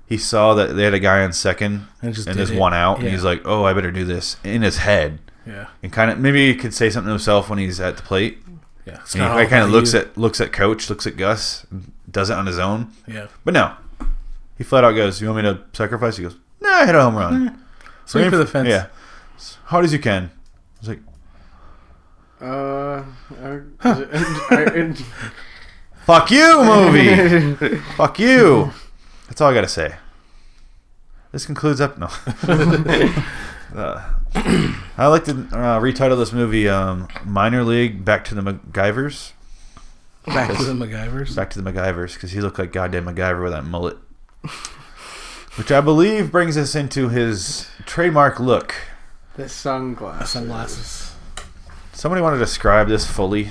Speaker 1: he saw that they had a guy on second
Speaker 2: And just
Speaker 1: and
Speaker 2: did
Speaker 1: there's
Speaker 2: it.
Speaker 1: one out and
Speaker 2: Yeah.
Speaker 1: he's like, "Oh, I better do this." In his head.
Speaker 2: Yeah,
Speaker 1: And kind of maybe he could say something to himself when he's at the plate.
Speaker 2: yeah. It's
Speaker 1: And he
Speaker 2: not all
Speaker 1: kind of
Speaker 2: about
Speaker 1: looks
Speaker 2: you.
Speaker 1: at looks at coach, looks at Gus, and does it on his own.
Speaker 2: yeah.
Speaker 1: But no, he flat out goes, "You want me to sacrifice?" He goes, "Nah, I hit a home run.
Speaker 2: Swing
Speaker 1: Aim
Speaker 2: Eh, for the fence.
Speaker 1: Yeah, as hard as you can." I was like,
Speaker 3: Uh, I, is it, I,
Speaker 1: "Fuck you, movie. Fuck you." That's all I gotta say. This concludes up. No, uh, I like to uh, retitle this movie um, "Minor League Back to the MacGyvers."
Speaker 2: Back to the MacGyvers.
Speaker 1: Back to the MacGyvers because he looked like goddamn MacGyver with that mullet. Which I believe brings us into his trademark look.
Speaker 3: the sunglasses.
Speaker 2: Sunglasses.
Speaker 1: Somebody want to describe this fully?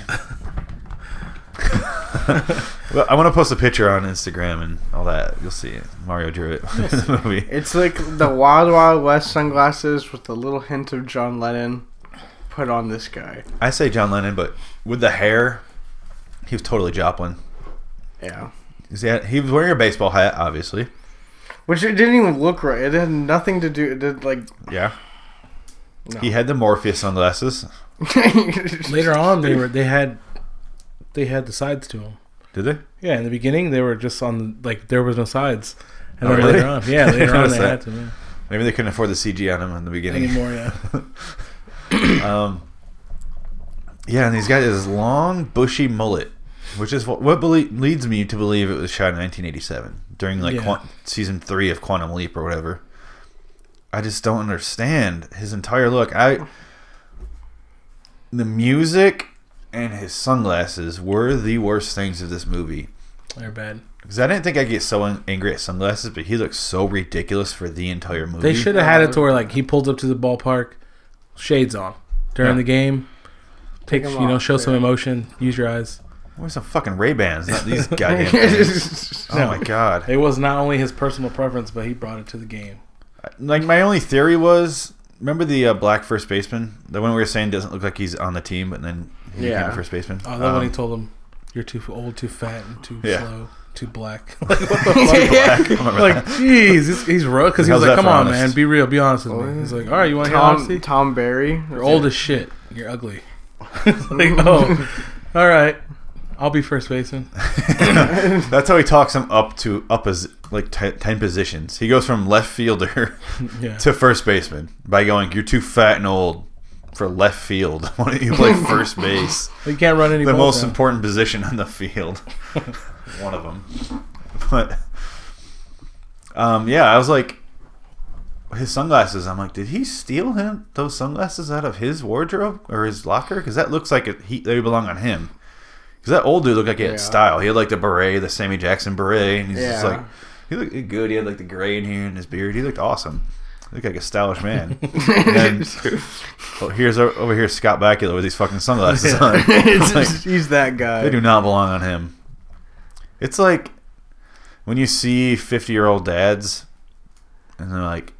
Speaker 1: well, I want to post a picture on Instagram and all that. You'll see it. Mario drew it in the movie.
Speaker 3: It's like the Wild Wild West sunglasses with a little hint of John Lennon put on this guy.
Speaker 1: I say John Lennon, but with the hair, he was totally Joplin.
Speaker 3: Yeah.
Speaker 1: He's- He was wearing a baseball hat, obviously.
Speaker 3: Which it didn't even look right. It had nothing to do. It did like.
Speaker 1: Yeah.
Speaker 3: No.
Speaker 1: He had the Morpheus sunglasses.
Speaker 2: Later on, they were they had they had the sides to them.
Speaker 1: Did they?
Speaker 2: Yeah, in the beginning they were just on like there was no sides, and
Speaker 1: Oh,
Speaker 2: then
Speaker 1: really?
Speaker 2: later on, yeah,
Speaker 1: I
Speaker 2: later on
Speaker 1: noticed
Speaker 2: they
Speaker 1: that.
Speaker 2: had to. Yeah.
Speaker 1: Maybe they couldn't afford the CG on him in the beginning.
Speaker 2: Anymore, yeah.
Speaker 1: Um, yeah, and he's got his long, bushy mullet, which is what, what belie- leads me to believe it was shot in 1987 during like
Speaker 2: Yeah.
Speaker 1: quan- season three of Quantum Leap or whatever. I just don't understand his entire look. I the music and his sunglasses were the worst things of this movie
Speaker 2: They're bad.
Speaker 1: because I didn't think I'd get so an- angry at sunglasses, but he looks so ridiculous for the entire movie.
Speaker 2: They should have had it to where like he pulls up to the ballpark, shades on during
Speaker 1: Yeah.
Speaker 2: the game. Take,
Speaker 3: Take 'em
Speaker 2: you know,
Speaker 3: off,
Speaker 2: show some
Speaker 3: yeah.
Speaker 2: emotion. Use your eyes.
Speaker 1: Where's some fucking Ray Bans? Not these goddamn things.
Speaker 3: That's
Speaker 1: Oh my god!
Speaker 2: It was not only his personal preference, but he brought it to the game.
Speaker 1: Like my only theory was, remember the uh, black first baseman? The one we were saying doesn't look like he's on the team, but then he
Speaker 3: Yeah.
Speaker 1: became a first baseman.
Speaker 2: Oh, then when he
Speaker 1: Um,
Speaker 2: told him, "You're too old, too fat, and too
Speaker 1: Yeah.
Speaker 2: slow, too black." like what the
Speaker 1: black. I remember
Speaker 2: fuck? like,
Speaker 1: that.
Speaker 2: jeez, he's, he's rough because he
Speaker 1: How's
Speaker 2: was like,
Speaker 1: that
Speaker 2: "Come
Speaker 1: for
Speaker 2: on,
Speaker 1: honest?
Speaker 2: man, be real, be honest with me." He's like, "All right, you want to hear honesty?
Speaker 3: Tom Tom Barry.
Speaker 2: You're old as shit. You're ugly." It's like, oh, all right, I'll be first baseman.
Speaker 1: That's how he talks him up to up as like t- ten positions. He goes from left fielder
Speaker 2: Yeah,
Speaker 1: to first baseman by going, "You're too fat and old for left field. Why don't you play first base?
Speaker 2: you can't run any.
Speaker 1: the
Speaker 2: balls
Speaker 1: most
Speaker 2: down.
Speaker 1: important position on the field. One of them, but um, yeah, I was like, his sunglasses. I'm like, did he steal him those sunglasses out of his wardrobe or his locker? Because that looks like it, he they belong on him. Because that old dude looked like he had
Speaker 3: Yeah.
Speaker 1: style. He had like the beret, the Sammy Jackson beret, and he's just
Speaker 3: Yeah.
Speaker 1: like, he looked good. He had like the gray in here and his beard. He looked awesome. He looked like a stylish man. and then, oh, here's over here Scott Bakula with these fucking sunglasses on. It's like,
Speaker 3: he's that guy.
Speaker 1: they do not belong on him. It's like when you see fifty-year-old dads, and they're like,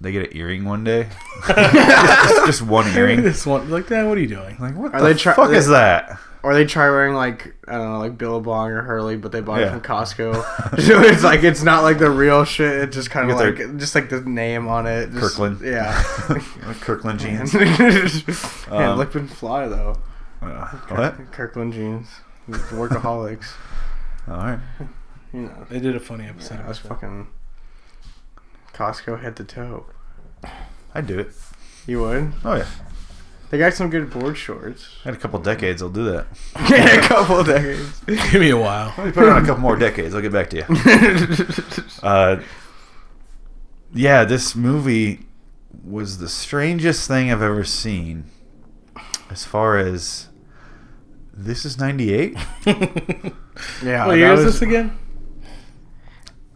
Speaker 1: they get an earring one day, just, just one earring.
Speaker 2: This one, like, Dad, what are you doing?
Speaker 1: Like, what
Speaker 3: Are
Speaker 1: the
Speaker 3: they try-
Speaker 1: fuck
Speaker 3: they-
Speaker 1: is that?
Speaker 3: Or they try wearing like I don't know, like Billabong or Hurley, but they bought
Speaker 1: Yeah.
Speaker 3: it from Costco. so it's like it's not like the real shit. It's just kind
Speaker 1: You
Speaker 3: of
Speaker 1: get
Speaker 3: like
Speaker 1: their-
Speaker 3: just like the name on it. Just,
Speaker 1: Kirkland.
Speaker 3: Yeah.
Speaker 1: Kirkland
Speaker 3: Man,
Speaker 1: jeans. Uh,
Speaker 3: Man,
Speaker 1: Um,
Speaker 3: Lickman Fly though.
Speaker 1: Uh, what?
Speaker 3: Kirkland jeans. Workaholics.
Speaker 1: All right.
Speaker 3: you know.
Speaker 2: They did a funny episode.
Speaker 3: Yeah,
Speaker 2: of
Speaker 3: I was
Speaker 2: this one.
Speaker 3: fucking Costco head to toe.
Speaker 1: I'd do it.
Speaker 3: You would?
Speaker 1: Oh yeah,
Speaker 3: They got some good board shorts.
Speaker 1: I had a couple decades. I'll do that.
Speaker 3: yeah, a couple decades.
Speaker 2: Give me a while.
Speaker 1: Let me put it on a couple more decades. I'll get back to you. Uh, yeah, this movie was the strangest thing I've ever seen. As far as this is '98,
Speaker 3: yeah.
Speaker 2: what
Speaker 3: that
Speaker 2: year is
Speaker 3: was-
Speaker 2: this again?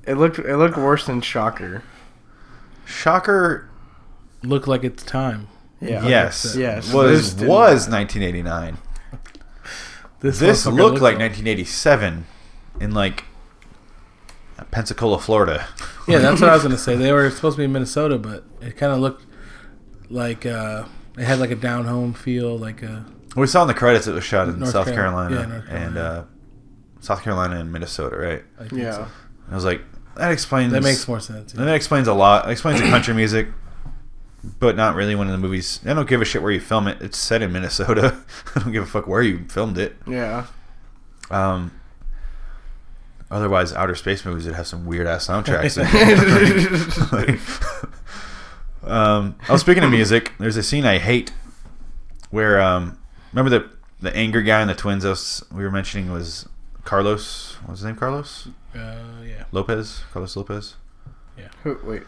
Speaker 3: It looked it looked worse than Shocker.
Speaker 1: Shocker.
Speaker 2: Look like it's time.
Speaker 3: Yeah.
Speaker 1: yes,
Speaker 3: Yes. This
Speaker 1: was
Speaker 3: did
Speaker 1: was 1989. This
Speaker 2: motherfucker
Speaker 1: looked like
Speaker 2: old.
Speaker 1: 1987 in like Pensacola, Florida.
Speaker 2: Yeah, that's what I was gonna say. They were supposed to be in Minnesota, but it kind of looked like uh, it had like a down home feel, like a
Speaker 1: We saw in the credits it was shot in
Speaker 2: North
Speaker 1: South
Speaker 2: Carol-
Speaker 1: Carolina,
Speaker 2: yeah, North Carolina.
Speaker 1: and uh, South Carolina and Minnesota, right?
Speaker 2: I think
Speaker 3: Yeah.
Speaker 1: And I was like, that explains
Speaker 2: that makes more sense.
Speaker 1: And that explains a lot. It explains the country music, but not really one of the movies. I don't give a shit where you film it. It's set in Minnesota. I don't give a fuck where you filmed it.
Speaker 3: Yeah.
Speaker 1: Um, otherwise, outer space movies would have some weird ass soundtracks. um, oh, speaking of music, there's a scene I hate where um, remember the the anger guy in the twins us we were mentioning was Carlos. What's his name? Carlos
Speaker 2: Uh, yeah,
Speaker 1: Lopez. Carlos Lopez.
Speaker 3: Who, wait.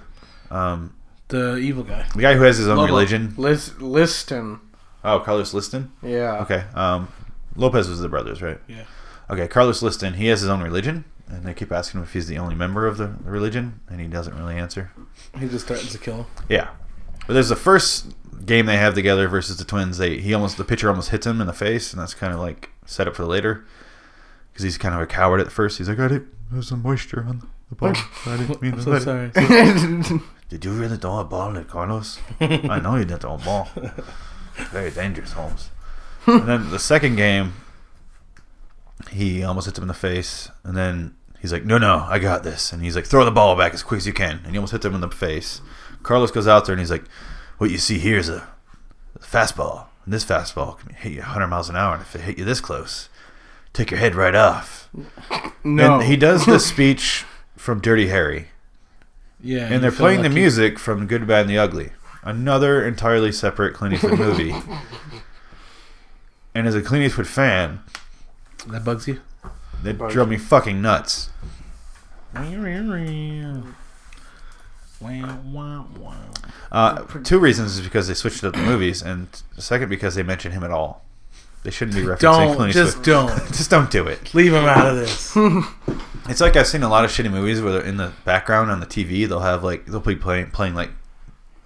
Speaker 1: Um,
Speaker 2: the evil guy.
Speaker 1: the guy who has his own
Speaker 2: Lobo.
Speaker 1: religion.
Speaker 3: Lis- Liston.
Speaker 1: Oh, Carlos Liston.
Speaker 3: Yeah.
Speaker 1: Okay. Um, Lopez was the brothers, right?
Speaker 2: Yeah.
Speaker 1: Okay. Carlos Liston. He has his own religion, and they keep asking him if he's the only member of the the religion, and he doesn't really answer.
Speaker 2: He just threatens to kill him.
Speaker 1: Yeah. But there's the first game they have together versus the Twins. They he almost the pitcher almost hits him in the face, and that's kind of like set up for later because he's kind of a coward at first. He's like, I didn't. There's some moisture on the ball. I didn't mean
Speaker 2: I'm
Speaker 1: to
Speaker 2: so
Speaker 1: let it-
Speaker 2: sorry.
Speaker 1: Did you really throw a ball at Carlos? I know you didn't throw a ball. It's very dangerous, Holmes. and then the second game, he almost hits him in the face, and then he's like, "No, no, I got this." And he's like, "Throw the ball back as quick as you can," and he almost hits him in the face. Carlos goes out there and he's like, "What you see here is a fastball, and this fastball can hit you 100 miles an hour, and if it hit you this close, take your head right off."
Speaker 3: No.
Speaker 1: And he does the speech from Dirty Harry
Speaker 2: Yeah, you
Speaker 1: and they're
Speaker 2: feel
Speaker 1: playing the
Speaker 2: like he-
Speaker 1: music from Good, Bad, and the Ugly, another entirely separate Clint Eastwood movie. and as a Clint Eastwood fan,
Speaker 2: That bugs you.
Speaker 1: that
Speaker 3: Bugs
Speaker 1: drove me fucking nuts.
Speaker 2: Wow, wow, wow.
Speaker 1: Uh, two reasons is because they switched up the movies, and the second because they mention him at all. They shouldn't be referencing
Speaker 2: Don't
Speaker 1: Clint
Speaker 2: just
Speaker 1: Eastwood.
Speaker 2: don't
Speaker 1: Just don't do it.
Speaker 2: leave him out of this.
Speaker 1: It's like I've seen a lot of shitty movies where they're in the background on the TV. They'll have like they'll be playing playing like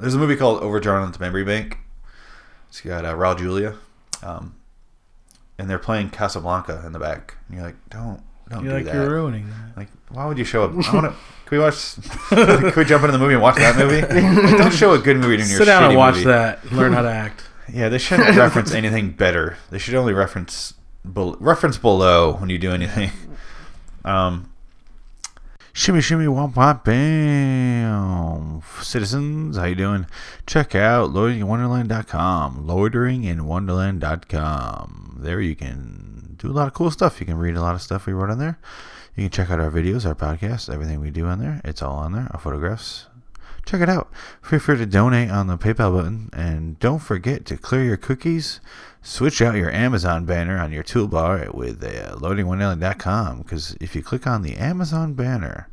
Speaker 1: there's a movie called Overdrawn on the Memory Bank. It's got uh, Raul Julia, um, and they're playing Casablanca in the back, and you're like, don't don't
Speaker 2: You're
Speaker 1: do
Speaker 2: like
Speaker 1: that.
Speaker 2: you're ruining that.
Speaker 1: Like, why would you show up? I want to. Can we watch? can we jump into the movie and watch that movie? Like, don't show a good movie in your
Speaker 2: Sit down
Speaker 1: shitty
Speaker 2: and watch
Speaker 1: movie.
Speaker 2: that. Learn how to act.
Speaker 1: Yeah, they shouldn't reference anything better. They should only reference bel reference below when you do anything. Um, shimmy, shimmy, womp, womp, bam. Citizens, how you doing? Check out loiteringinwonderland.com. Loiteringinwonderland.com. There you can do a lot of cool stuff. You can read a lot of stuff we wrote on there. You can check out our videos, our podcasts, everything we do on there. It's all on there. Our photographs, check it out. Feel free to donate on the PayPal button, and don't forget to clear your cookies. Switch out your Amazon banner on your toolbar with uh, loadingwinelli.com because if you click on the Amazon banner,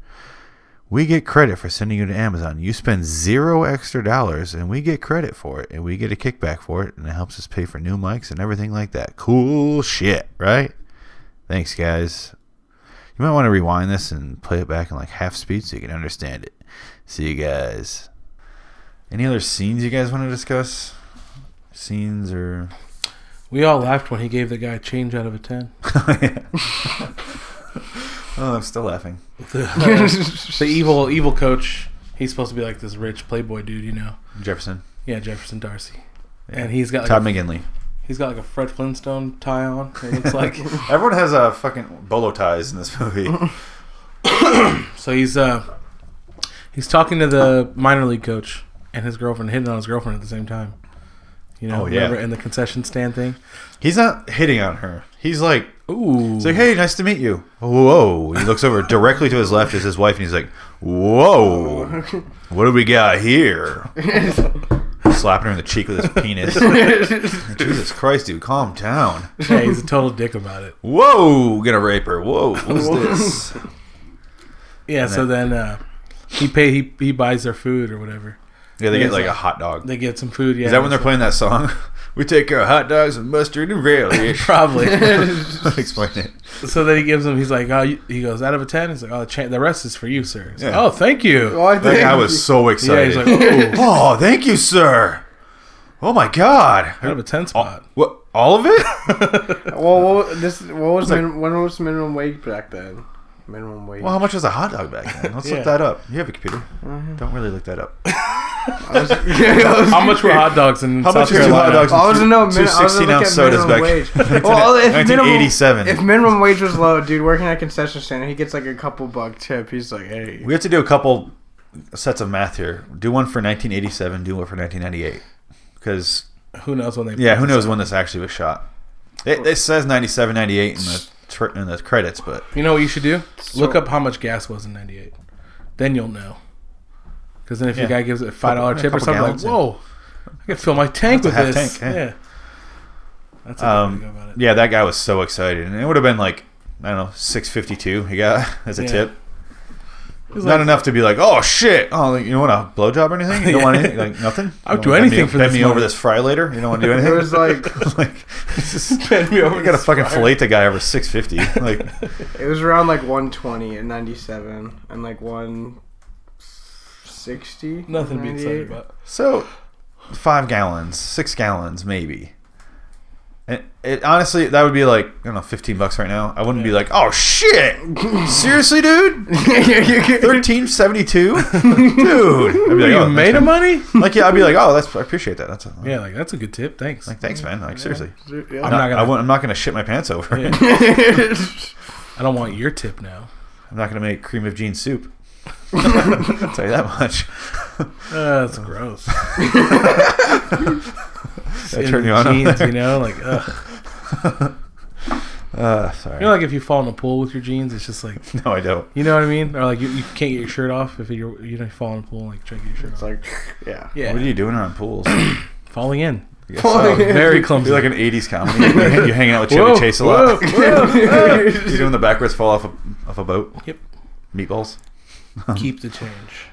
Speaker 1: we get credit for sending you to Amazon. You spend zero extra dollars, and we get credit for it, and we get a kickback for it, and it helps us pay for new mics and everything like that. Cool shit, right? Thanks, guys. You might want to rewind this and play it back in like half speed so you can understand it. See you guys. Any other scenes you guys want to discuss? Scenes or
Speaker 2: We all laughed when he gave the guy change out of a ten.
Speaker 1: Oh, I'm still laughing.
Speaker 2: The, the evil evil coach. He's supposed to be like this rich playboy dude, you know.
Speaker 1: Jefferson.
Speaker 2: Yeah, Jefferson Darcy.
Speaker 1: Yeah.
Speaker 2: And he's got like a-
Speaker 1: Todd McGinley.
Speaker 2: he's got like a Fred Flintstone tie on. It looks like
Speaker 1: Everyone has a uh, fucking bolo ties in this movie.
Speaker 2: so he's uh he's talking to the minor league coach and his girlfriend, hitting on his girlfriend at the same time. You know,
Speaker 1: Oh, yeah.
Speaker 2: remember in the concession stand thing.
Speaker 1: He's not hitting on her. He's like,
Speaker 2: Ooh,
Speaker 1: he's like, hey, nice to meet you. Whoa! He looks over directly to his left is his wife, and he's like, whoa! What do we got here? Slapping her in the cheek with his penis. Jesus Christ, dude, calm down.
Speaker 2: yeah, he's a total dick about it.
Speaker 1: Whoa, gonna rape her. Whoa, what's this?
Speaker 2: Yeah, so then uh, he pay he, he buys their food or whatever.
Speaker 1: Yeah, they get like a hot dog.
Speaker 2: They get some food. Yeah,
Speaker 1: Is that when they're playing that song? We take our hot dogs and mustard and relish.
Speaker 2: probably.
Speaker 1: Explain it.
Speaker 2: so then he gives him. He's like, oh, you, he goes out of a ten. He's like, oh, the, cha- the rest is for you, sir. He's like,
Speaker 1: Yeah.
Speaker 2: oh, thank you.
Speaker 3: Well, I
Speaker 1: That
Speaker 3: think-
Speaker 1: guy was so
Speaker 2: yeah,
Speaker 1: excited.
Speaker 2: he's like, oh,
Speaker 1: oh, thank you, sir. Oh my God.
Speaker 2: out of a ten spot.
Speaker 1: What? All of it?
Speaker 3: Well, what was, this what was
Speaker 1: like-
Speaker 3: min, when was minimum wage back then? Minimum wage.
Speaker 1: well, how much was a hot dog back then? Let's
Speaker 2: Yeah. Uh-huh.
Speaker 1: look that up. You have a computer. Don't really look that up.
Speaker 3: I was, yeah, I was,
Speaker 2: How much were hot dogs in
Speaker 1: How
Speaker 2: South
Speaker 1: much is two
Speaker 2: Carolina?
Speaker 1: hot dogs?
Speaker 3: I was
Speaker 1: and
Speaker 3: no
Speaker 1: two
Speaker 3: min, I was
Speaker 1: 16
Speaker 3: looking
Speaker 1: ounce
Speaker 3: at
Speaker 1: sodas
Speaker 3: minimum
Speaker 1: back.
Speaker 3: wage. well, if minimum,
Speaker 1: 1987.
Speaker 3: if minimum wage was low, dude, working at a concession stand, he gets like a couple buck tip. He's like, hey,
Speaker 1: we have to do a couple sets of math here. Do one for 1987. Do one for 1998. Because
Speaker 2: Who knows when they?
Speaker 1: Yeah, who knows when this actually was shot? It, it says 97, 98 in the tr- in the credits, but
Speaker 2: You know what you should do?
Speaker 3: So-
Speaker 2: Look up how much gas was in '98. Then you'll know. Because then if
Speaker 1: Yeah.
Speaker 2: your guy gives it a five dollar
Speaker 1: Couple-
Speaker 2: tip or
Speaker 1: couple
Speaker 2: something, like,
Speaker 1: gallons, yeah.
Speaker 2: whoa, I can fill my tank
Speaker 1: That's a
Speaker 2: with
Speaker 1: half
Speaker 2: this.
Speaker 1: tank, yeah.
Speaker 2: yeah. that's a good way to go about
Speaker 1: um,
Speaker 2: it.
Speaker 1: yeah, that guy was so excited, and it would have been like I don't know, six fifty two. He got as a
Speaker 2: Yeah.
Speaker 1: tip,
Speaker 2: He's
Speaker 1: not
Speaker 2: like,
Speaker 1: enough to be like, oh shit, oh like, you don't want a blowjob or anything? You don't want
Speaker 2: Yeah.
Speaker 1: anything? Like nothing?
Speaker 2: I would
Speaker 1: You
Speaker 2: do
Speaker 1: don't want to bend
Speaker 2: anything
Speaker 1: me,
Speaker 2: for
Speaker 1: bend
Speaker 2: this
Speaker 1: me over
Speaker 2: money.
Speaker 1: this fry later. You don't want to do
Speaker 3: it
Speaker 1: anything?
Speaker 3: was like
Speaker 1: like this is,
Speaker 2: Bend me over
Speaker 1: we gotta
Speaker 2: this
Speaker 1: fucking
Speaker 2: fry.
Speaker 1: fillet the guy over six fifty. Like
Speaker 3: it was around like 120 and 97 and like 160.
Speaker 2: Nothing to be excited
Speaker 3: 98.
Speaker 2: about.
Speaker 1: So, five gallons, six gallons, maybe. And it, honestly, that would be like I don't know, fifteen bucks right now. I wouldn't be like, oh shit, seriously, dude, thirteen seventy two, dude. I'd be like,
Speaker 2: you
Speaker 1: "Oh,
Speaker 2: made
Speaker 1: thanks,
Speaker 2: him money?
Speaker 1: man." Like, yeah, I'd be like, oh, that's I appreciate that. That's a,
Speaker 2: yeah, like that's a good tip. Thanks.
Speaker 1: like, thanks, man. Like, seriously,
Speaker 3: Yeah.
Speaker 2: I'm
Speaker 1: I'm not,
Speaker 2: not gonna-
Speaker 1: I won't- I'm not gonna shit my pants over.
Speaker 2: Yeah.
Speaker 3: Dude,
Speaker 2: I don't want your tip now.
Speaker 1: I'm not gonna make cream of bean soup. I'll tell you that much.
Speaker 2: Uh, that's gross.
Speaker 1: That
Speaker 2: In
Speaker 1: turned you on.
Speaker 2: jeans,
Speaker 1: over
Speaker 2: you know, like ugh.
Speaker 1: there? Uh, sorry.
Speaker 2: You know, like if you fall in a pool with your jeans, it's just like
Speaker 1: no, I don't.
Speaker 2: you know what I mean, or like you, you can't get your shirt off if you're you know you fall in a pool and like try to get your shirt
Speaker 3: it's
Speaker 2: off.
Speaker 3: like, yeah.
Speaker 2: yeah,
Speaker 1: What are you doing around pools?
Speaker 2: falling in.
Speaker 1: I guess
Speaker 3: Falling
Speaker 1: so.
Speaker 3: in.
Speaker 2: Very
Speaker 1: Be
Speaker 2: clumsy.
Speaker 1: like an '80s comedy. You're you're hanging out with Chevy
Speaker 2: Whoa,
Speaker 1: Chase a lot.
Speaker 2: whoa,
Speaker 1: You're doing the backwards fall off a, off a boat.
Speaker 2: Yep.
Speaker 1: Meatballs.
Speaker 2: Keep the change.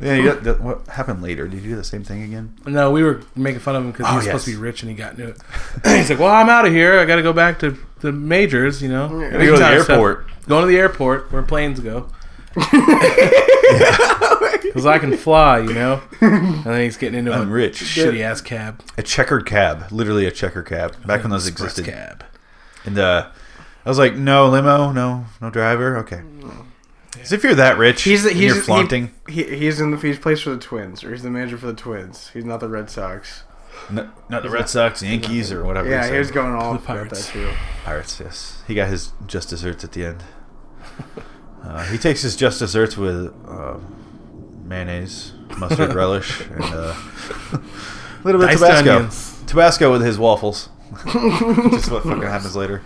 Speaker 1: Yeah. You got, that, what happened later? Did you do the same thing again?
Speaker 2: No, we were making fun of him because
Speaker 1: Oh,
Speaker 2: he was
Speaker 1: yes.
Speaker 2: supposed to be rich and he got into it. He's like, "Well, I'm out of here. I got to go back to the majors. You know,
Speaker 3: Yeah.
Speaker 1: Gotta go to the
Speaker 2: Time stuff.
Speaker 1: airport.
Speaker 2: Going to the airport where planes go. Because I can fly, you know. And then he's getting into a
Speaker 1: I'm rich.
Speaker 2: shitty ass cab.
Speaker 1: A checkered cab. Literally a checker cab. Back when those
Speaker 2: Express
Speaker 1: existed.
Speaker 2: cab.
Speaker 1: And uh, I was like, no limo, no no driver. Okay. 'Cause if you're that rich,
Speaker 3: He's the,
Speaker 1: and
Speaker 3: he's
Speaker 1: you're flaunting.
Speaker 3: He, he, he's in the he's plays for the Twins or he's the manager for the Twins. He's not the Red Sox.
Speaker 1: no, not the Red Sox, Yankees, or whatever.
Speaker 3: yeah,
Speaker 1: he
Speaker 3: he was
Speaker 1: said.
Speaker 3: going all
Speaker 2: The
Speaker 3: about that
Speaker 2: Pirates.
Speaker 3: too.
Speaker 1: Pirates. Yes, he got his just desserts at the end. Uh, he takes his just desserts with uh, mayonnaise, mustard relish, and uh, a little bit of
Speaker 2: Diced
Speaker 1: Tabasco.
Speaker 2: onions.
Speaker 1: Tabasco with his waffles. Just what fucking happens later.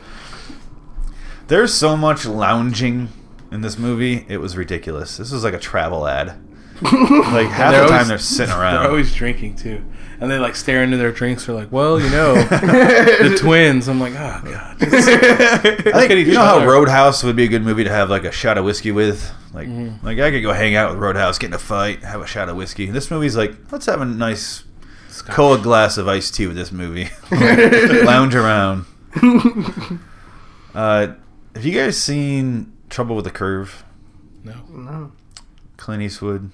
Speaker 1: There's so much lounging in this movie; it was ridiculous. This was like a travel ad. Like half the
Speaker 2: They're
Speaker 1: time
Speaker 2: always-
Speaker 1: they're sitting
Speaker 2: They're
Speaker 1: around.
Speaker 2: always drinking too, and they like stare into their drinks. They're like, "Well, you know, the twins." I'm like, "Oh god." Just-
Speaker 1: I
Speaker 2: Look at
Speaker 1: think
Speaker 2: each
Speaker 1: you know how
Speaker 2: other.
Speaker 1: Roadhouse would be a good movie to have like a shot of whiskey with. Like, like I could go hang out with Roadhouse, get in a fight, have a shot of whiskey. This movie's like, let's have a nice
Speaker 2: Scotch.
Speaker 1: cold glass of iced tea with this movie. Lounge around. Uh, have you guys seen Trouble with the Curve?
Speaker 2: No.
Speaker 3: No.
Speaker 1: Clint Eastwood.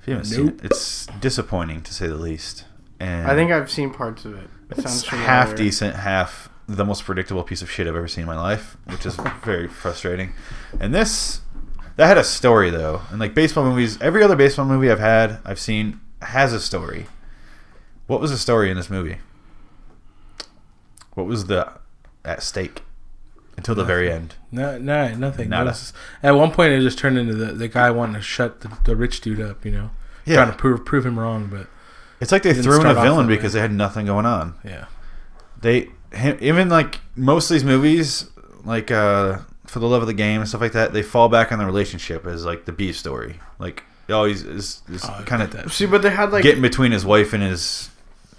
Speaker 1: If you haven't seen
Speaker 2: Nope.
Speaker 1: it, it's disappointing to say the least. And
Speaker 3: I think I've seen parts of it. it
Speaker 1: it's
Speaker 3: sounds familiar.
Speaker 1: half decent, half the most predictable piece of shit I've ever seen in my life, which is very frustrating. And this, that had a story though, and like baseball movies, every other baseball movie I've had, I've seen has a story. What was the story in this movie? What was the at stake until
Speaker 2: Uh,
Speaker 1: the very end?
Speaker 2: No, no, nothing.
Speaker 1: Nada.
Speaker 2: It was- at one point, it just turned into the, the guy wanting to shut the, the rich dude up, you know,
Speaker 1: Yeah.
Speaker 2: trying to prove prove him wrong. But
Speaker 1: It's like they
Speaker 2: Didn't
Speaker 1: threw in a
Speaker 2: start off
Speaker 1: villain
Speaker 2: that way.
Speaker 1: because they had nothing going on.
Speaker 2: yeah,
Speaker 1: they him, even like most of these movies like uh for the love of the game and stuff like that they fall back on the relationship as like the b story like it always is, is
Speaker 2: Oh, I
Speaker 1: kind of
Speaker 2: get that.
Speaker 3: See, but they had like
Speaker 1: getting between his wife and his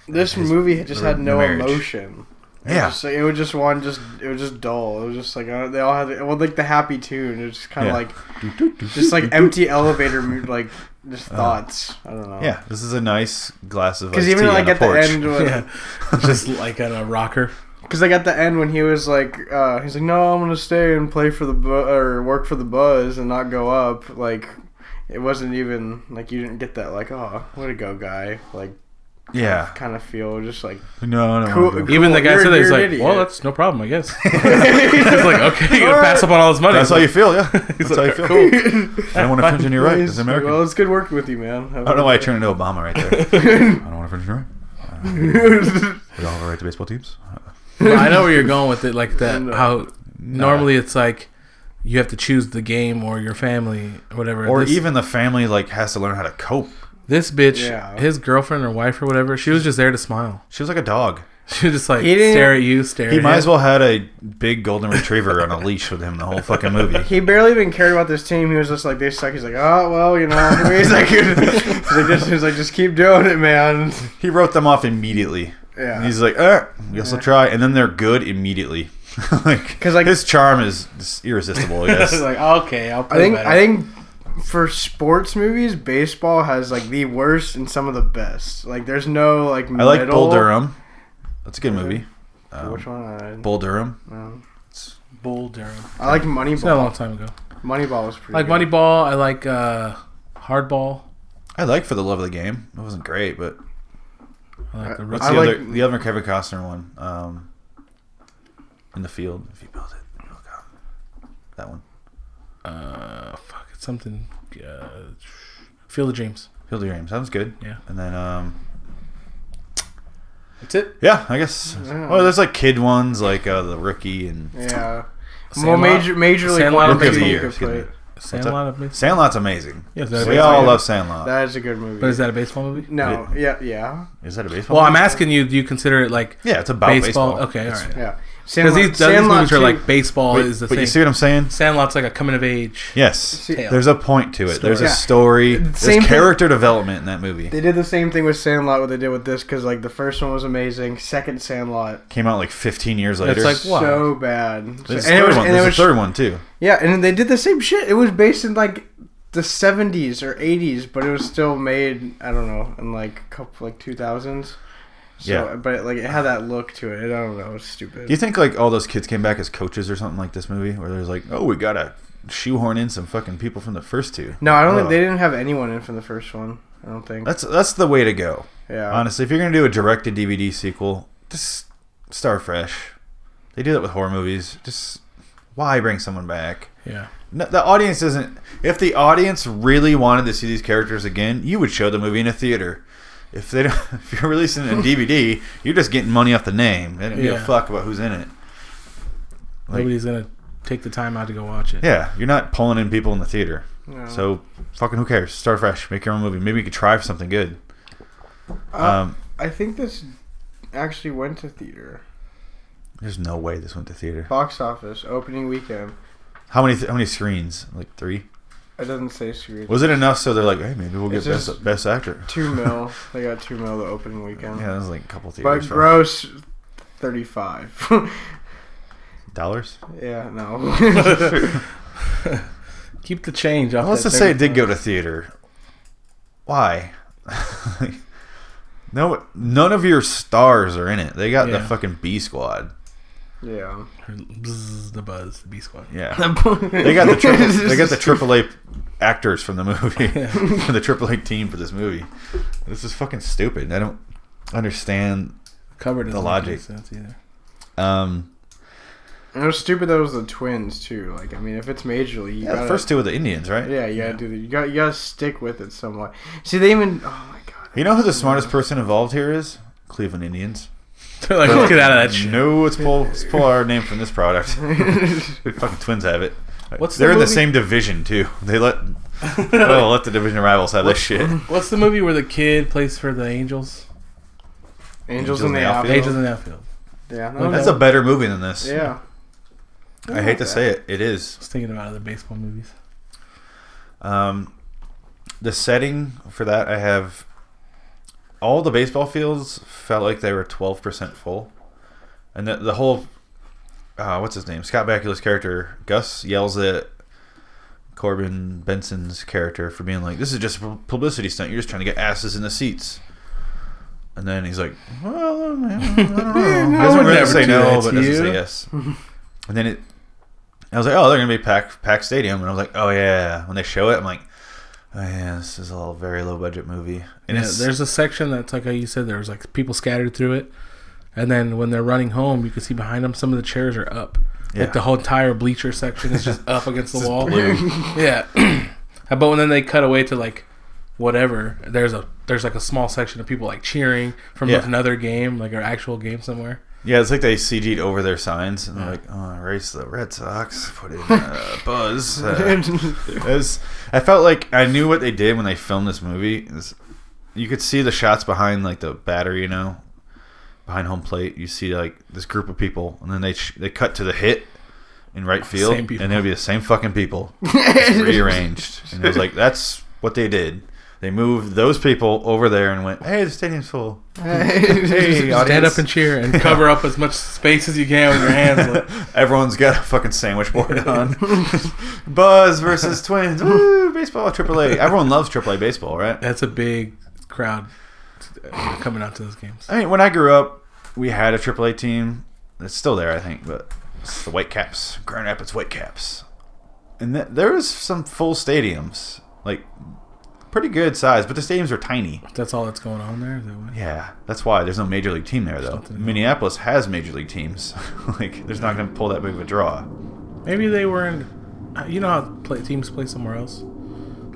Speaker 3: this
Speaker 1: his-
Speaker 3: movie just
Speaker 1: their
Speaker 3: had no
Speaker 1: marriage.
Speaker 3: emotion. It was
Speaker 1: yeah
Speaker 3: just, like, it was just one. Just it was just dull. It was just like uh, they all had well, like the happy tune. It was just kind
Speaker 1: Yeah.
Speaker 3: of like just like empty elevator mu- like just thoughts. I don't know.
Speaker 1: Uh, yeah this is a nice glass of
Speaker 3: Because
Speaker 1: iced
Speaker 3: even
Speaker 1: tea
Speaker 3: like
Speaker 1: on a
Speaker 3: at the
Speaker 1: porch.
Speaker 3: end, when,
Speaker 2: yeah, just like on a rocker.
Speaker 3: Because like at the end when he was like, uh, he's like, no, I'm gonna stay and play for the bu- or work for the buzz and not go up. Like, it wasn't even like you didn't get that like, oh, way to go, guy. Like,
Speaker 1: yeah
Speaker 3: kind of feel just like
Speaker 1: no no
Speaker 3: Cool.
Speaker 2: Even the guy
Speaker 3: You're-
Speaker 2: said that he's
Speaker 3: you're an
Speaker 2: like,
Speaker 3: idiot.
Speaker 2: "Well, that's no problem, I guess." He's like, "Okay, you're gonna pass up on all this money."
Speaker 1: that's how you feel yeah that's how you
Speaker 2: like,
Speaker 1: feel
Speaker 2: "Cool."
Speaker 1: i don't want to infringe on your right as
Speaker 3: He's
Speaker 1: an
Speaker 3: like,
Speaker 1: american
Speaker 3: Well, it's good working with you, man.
Speaker 1: i don't know why i turned into obama right there i don't want to infringe on your right we all have a right to baseball teams
Speaker 2: Well, I know where you're going with it, like that.
Speaker 3: No.
Speaker 2: How normally it's like you have to choose the game or your family or whatever.
Speaker 1: or
Speaker 2: This-
Speaker 1: even the family like has to learn how to cope
Speaker 2: this bitch,
Speaker 3: Yeah.
Speaker 2: his girlfriend or wife or whatever, she was just there to smile.
Speaker 1: she was like a dog
Speaker 2: She was just like
Speaker 3: He didn't-
Speaker 2: stare at you, stare.
Speaker 1: He
Speaker 2: at
Speaker 1: might
Speaker 2: him.
Speaker 1: as well had a big golden retriever on a leash with him the whole fucking movie.
Speaker 3: He barely even cared about this team. He was just like, they suck. He's like, oh well, you know. he's like, he's like, just, he's like, just keep doing it, man.
Speaker 1: He wrote them off immediately. And
Speaker 3: Yeah.
Speaker 1: he's like, eh, guess I'll try. And then they're good immediately. like,
Speaker 3: 'Cause, like-
Speaker 1: his charm is just irresistible. I guess.
Speaker 2: like okay, I'll
Speaker 3: I
Speaker 2: play
Speaker 3: think
Speaker 2: better.
Speaker 3: I think for sports movies, baseball has like the worst and some of the best. Like there's no like
Speaker 1: I like
Speaker 3: middle.
Speaker 1: Bull Durham. That's a good movie. Um,
Speaker 3: Which one? I,
Speaker 1: Bull Durham.
Speaker 3: no.
Speaker 2: Bull Durham.
Speaker 3: I like
Speaker 2: It's not a
Speaker 3: Moneyball.
Speaker 2: long time ago.
Speaker 3: Moneyball was pretty.
Speaker 2: I like
Speaker 3: good.
Speaker 2: Moneyball. I like uh, Hardball.
Speaker 1: I like For the Love of the Game. It wasn't great, but
Speaker 2: I like the
Speaker 3: I-
Speaker 2: Ro-
Speaker 1: what's
Speaker 3: I
Speaker 1: the
Speaker 3: like-
Speaker 1: other? The other Kevin Costner one. Um, in the field. If you build it, it'll come. That one.
Speaker 2: uh, fuck, it's something. Uh, Field of Dreams.
Speaker 1: Field of Dreams. Sounds good.
Speaker 2: Yeah.
Speaker 1: And then um,
Speaker 2: That's it.
Speaker 1: Yeah, I guess. Oh, there's like kid ones, like uh, the rookie and
Speaker 3: Yeah.
Speaker 2: Sandlot?
Speaker 3: Well, major major league
Speaker 2: Sandlot
Speaker 3: one
Speaker 2: Rookie of the
Speaker 3: baseball
Speaker 1: Year,
Speaker 3: could
Speaker 1: excuse
Speaker 3: play.
Speaker 1: me.
Speaker 2: Sandlot. I mean.
Speaker 1: Sandlot's amazing.
Speaker 2: Yeah, is that a
Speaker 1: we
Speaker 2: baseball
Speaker 1: all
Speaker 2: movie?
Speaker 1: love Sandlot.
Speaker 3: That is a good movie.
Speaker 2: But is that a baseball movie?
Speaker 3: no? Yeah, yeah,
Speaker 1: Is that a baseball?
Speaker 2: Well, I'm
Speaker 1: movie?
Speaker 2: asking you. Do you consider it like
Speaker 1: Yeah, it's about
Speaker 2: baseball?
Speaker 1: baseball.
Speaker 2: Okay, all right.
Speaker 3: yeah.
Speaker 2: Because these, these movies are
Speaker 3: two-
Speaker 2: like baseball
Speaker 1: But,
Speaker 2: is the
Speaker 1: but
Speaker 2: thing.
Speaker 1: you see what I'm saying?
Speaker 2: Sandlot's like a coming of age.
Speaker 1: Yes.
Speaker 2: Tale.
Speaker 1: There's a point to it. There's a story.
Speaker 3: Story. Yeah.
Speaker 1: There's
Speaker 3: Same thing-
Speaker 1: character development in that movie.
Speaker 3: They did the same thing with Sandlot. What they did with this, because like the first one was amazing. Second Sandlot,
Speaker 1: Came out like 15 years
Speaker 2: It's
Speaker 1: later.
Speaker 2: like, Wow.
Speaker 3: so bad.
Speaker 1: There's
Speaker 3: So-
Speaker 1: a
Speaker 3: and it
Speaker 1: third
Speaker 3: was-
Speaker 1: one.
Speaker 3: and it
Speaker 1: There's
Speaker 3: was-
Speaker 1: a third one too.
Speaker 3: Yeah, and they did the same shit. It was based in like the seventies or eighties, but it was still made I don't know in like couple like two thousands. So,
Speaker 1: Yeah.
Speaker 3: but it, like it had that look to it. I don't know. It was stupid.
Speaker 1: Do you think like all those kids came back as coaches or something like this movie, where there's like, oh, we gotta shoehorn in some fucking people from the first two?
Speaker 3: no, I don't think
Speaker 1: Ugh.
Speaker 3: they didn't have anyone in from the first one. I don't think.
Speaker 1: That's that's the way to go.
Speaker 3: yeah.
Speaker 1: Honestly, if you're gonna do a direct to DVD sequel, just start fresh. They do that with horror movies. Just why bring someone back?
Speaker 2: Yeah.
Speaker 1: No, the audience isn't. If the audience really wanted to see these characters again, you would show the movie in a theater. If they don't, if you're releasing it on DVD, you're just getting money off the name. They don't give
Speaker 2: Yeah.
Speaker 1: a fuck about who's in it. Like-
Speaker 2: Nobody's gonna take the time out to go watch it.
Speaker 1: Yeah, you're not pulling in people in the theater.
Speaker 3: No.
Speaker 1: So fucking who cares? Start fresh. Make your own movie. Maybe you could try for something good.
Speaker 3: Uh,
Speaker 1: um,
Speaker 3: I think this actually went to theater.
Speaker 1: there's no way this went to theater.
Speaker 3: Box office opening weekend.
Speaker 1: How many how many screens? Like three?
Speaker 3: It doesn't say screen.
Speaker 1: Was it enough so they're like, hey, maybe we'll get
Speaker 3: It's just
Speaker 1: best best actor.
Speaker 3: Two mil. they got two mil the opening weekend.
Speaker 1: Yeah, that was like a couple
Speaker 3: but
Speaker 1: theaters. for
Speaker 3: gross, thirty-five.
Speaker 1: dollars.
Speaker 3: yeah, no.
Speaker 2: Keep the change off.
Speaker 1: Well, let's
Speaker 2: that
Speaker 1: just say it
Speaker 2: thirty-
Speaker 1: did go to theater. Why? no, none of your stars are in it. They got the
Speaker 2: Yeah.
Speaker 1: fucking B squad.
Speaker 3: yeah.
Speaker 2: Bzzz, the buzz, the B squad.
Speaker 1: Yeah, they got the triple, they got the AAA actors from the movie, from the AAA team for this movie. This is fucking stupid. I don't understand.
Speaker 2: Covered doesn't
Speaker 1: The
Speaker 2: make any
Speaker 1: logic.
Speaker 2: sense either.
Speaker 1: Um,
Speaker 3: And it was stupid that it was the twins too. Like, I mean, if it's major league, you
Speaker 1: yeah, the
Speaker 3: gotta-
Speaker 1: first two were the Indians, right?
Speaker 3: Yeah, you gotta do the, you got you gotta stick with it somewhat. See, they even oh my god,
Speaker 1: You know who the smartest person involved here is? Cleveland Indians.
Speaker 2: They're like, let's get out of that shit.
Speaker 1: No, let's pull, let's pull our name from this product. Fucking twins have it.
Speaker 2: What's the
Speaker 1: They're in the
Speaker 2: movie-
Speaker 1: same division too. They let oh, let the division rivals have this shit.
Speaker 2: What's the movie where the kid plays for the Angels?
Speaker 3: angels, in the outfield.
Speaker 2: Angels in the outfield.
Speaker 3: yeah, no,
Speaker 2: Like,
Speaker 1: That's
Speaker 3: no.
Speaker 1: a better movie than this.
Speaker 3: yeah.
Speaker 1: I hate to say it. It is.
Speaker 2: I was thinking about other baseball movies.
Speaker 1: Um, the setting for that, I have all the baseball fields felt like they were twelve percent full, and the, the whole uh, what's his name Scott Bakula's character Gus yells at Corbin Benson's character for being like, "This is just a pu- publicity stunt. You're just trying to get asses in the seats." And then he's like, "Well, I don't know."
Speaker 2: I
Speaker 1: doesn't
Speaker 2: would
Speaker 1: really
Speaker 2: never
Speaker 1: say
Speaker 2: do
Speaker 1: no,
Speaker 2: that
Speaker 1: but
Speaker 2: to
Speaker 1: doesn't
Speaker 2: you.
Speaker 1: say yes. and then it, I was like, "Oh, they're gonna be pack pack stadium," and I was like, "Oh yeah." When they show it, I'm like, "Oh yeah, this is a little very low budget movie." And
Speaker 2: yeah,
Speaker 1: it's
Speaker 2: there's a section that's like how you said there was like people scattered through it, and then when they're running home, you can see behind them some of the chairs are up.
Speaker 1: Yeah.
Speaker 2: Like the whole entire bleacher section is just up against the
Speaker 1: it's
Speaker 2: wall.
Speaker 1: blue.
Speaker 2: Yeah, but when then they cut away to like whatever, there's a there's like a small section of people like cheering from
Speaker 1: Yeah.
Speaker 2: like another game, like an actual game somewhere.
Speaker 1: Yeah, it's like they CG'd over their signs and they're like, "Oh, erase the Red Sox, put in uh, Buzz." uh, it was, I felt like I knew what they did when they filmed this movie. It was- you could see the shots behind like the batter, you know, behind home plate. You see like this group of people, and then they sh- they cut to the hit in right field,
Speaker 2: Same people.
Speaker 1: and it'll be the same fucking people just rearranged. And it was like that's what they did. They moved those people over there and went, "Hey, the stadium's full." Hey,
Speaker 2: Stand
Speaker 1: audience.
Speaker 2: up and cheer and cover up as much space as you can with your hands. Like,
Speaker 1: Everyone's got a fucking sandwich board on. Buzz versus Twins. Woo! Baseball, AAA. Everyone loves AAA baseball, right?
Speaker 2: that's a big crowd uh, coming out to those games.
Speaker 1: I mean, when I grew up, we had a AAA team. It's still there, I think, but it's the White Caps, Grand Rapids White Caps. And th- there was some full stadiums, like pretty good size, but the stadiums are tiny.
Speaker 2: That's all that's going on there. Is that what?
Speaker 1: Yeah, that's why there's no major league team there, though.
Speaker 2: nothing.
Speaker 1: Minneapolis has major league teams. like, there's not going to pull that big of a draw.
Speaker 2: Maybe they were in. uh, You know how play, teams play somewhere else,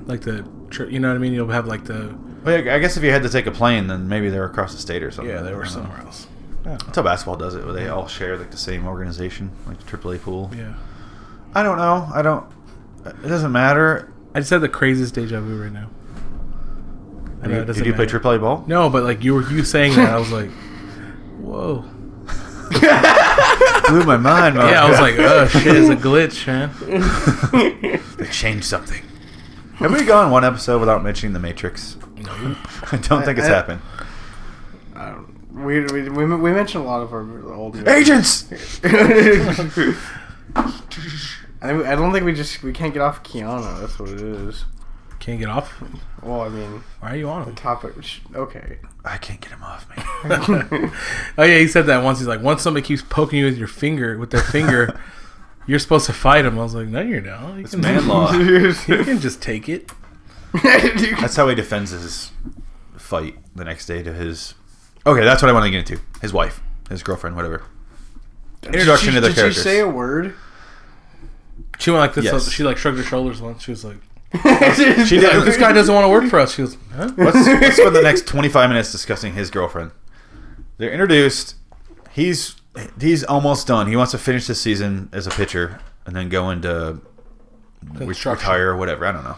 Speaker 2: like the. tr- You know what I mean? You'll have like the.
Speaker 1: Well, yeah, I guess if you had to take a plane, then maybe they're across the state or something. I don't know.
Speaker 2: else.
Speaker 1: That's how basketball does it, where they all share like the same organization, like the AAA pool.
Speaker 2: Yeah.
Speaker 1: I don't know. I don't. It doesn't matter.
Speaker 2: I just had the craziest deja vu right now. I know
Speaker 1: you,
Speaker 2: it
Speaker 1: did
Speaker 2: doesn't
Speaker 1: you play
Speaker 2: matter.
Speaker 1: AAA ball?
Speaker 2: No, but like you were you saying that, I was like, whoa.
Speaker 1: Blew my mind. man.
Speaker 2: Yeah, I was like, oh shit, it's a glitch, man.
Speaker 1: they changed something. Have we gone one episode without mentioning the Matrix? I don't think it's
Speaker 3: I-
Speaker 1: happened.
Speaker 3: I don't- we, we, we we mentioned a lot of our old
Speaker 1: Agents.
Speaker 3: I think- I don't think we just we can't get off Kiana. That's what it is.
Speaker 2: Can't get off.
Speaker 3: Well, I mean,
Speaker 2: Why are you on him?
Speaker 3: topic. sh- Okay.
Speaker 1: I can't get him off me.
Speaker 2: Oh yeah, he said that once. He's like, once somebody keeps poking you with your finger, with their finger, you're supposed to fight him. I was like, no, you're not. You
Speaker 1: It's man law.
Speaker 2: You can just take it.
Speaker 1: That's how he defends his fight the next day to his. Okay, that's what I want to get into. His wife, his girlfriend, whatever. Introduction
Speaker 3: did she,
Speaker 1: to the
Speaker 3: did
Speaker 1: characters.
Speaker 3: she say a word?
Speaker 2: She went like this. uh,
Speaker 1: Yes.
Speaker 2: She like shrugged her shoulders once. She was like,
Speaker 1: She
Speaker 3: she
Speaker 1: did.
Speaker 2: "This guy doesn't want to work for us." She was, huh?
Speaker 1: let's, let's spend the next 25 minutes discussing his girlfriend. They're introduced. He's he's almost done. He wants to finish this season as a pitcher and then go into re-
Speaker 2: Construction.
Speaker 1: retire or whatever. I don't know.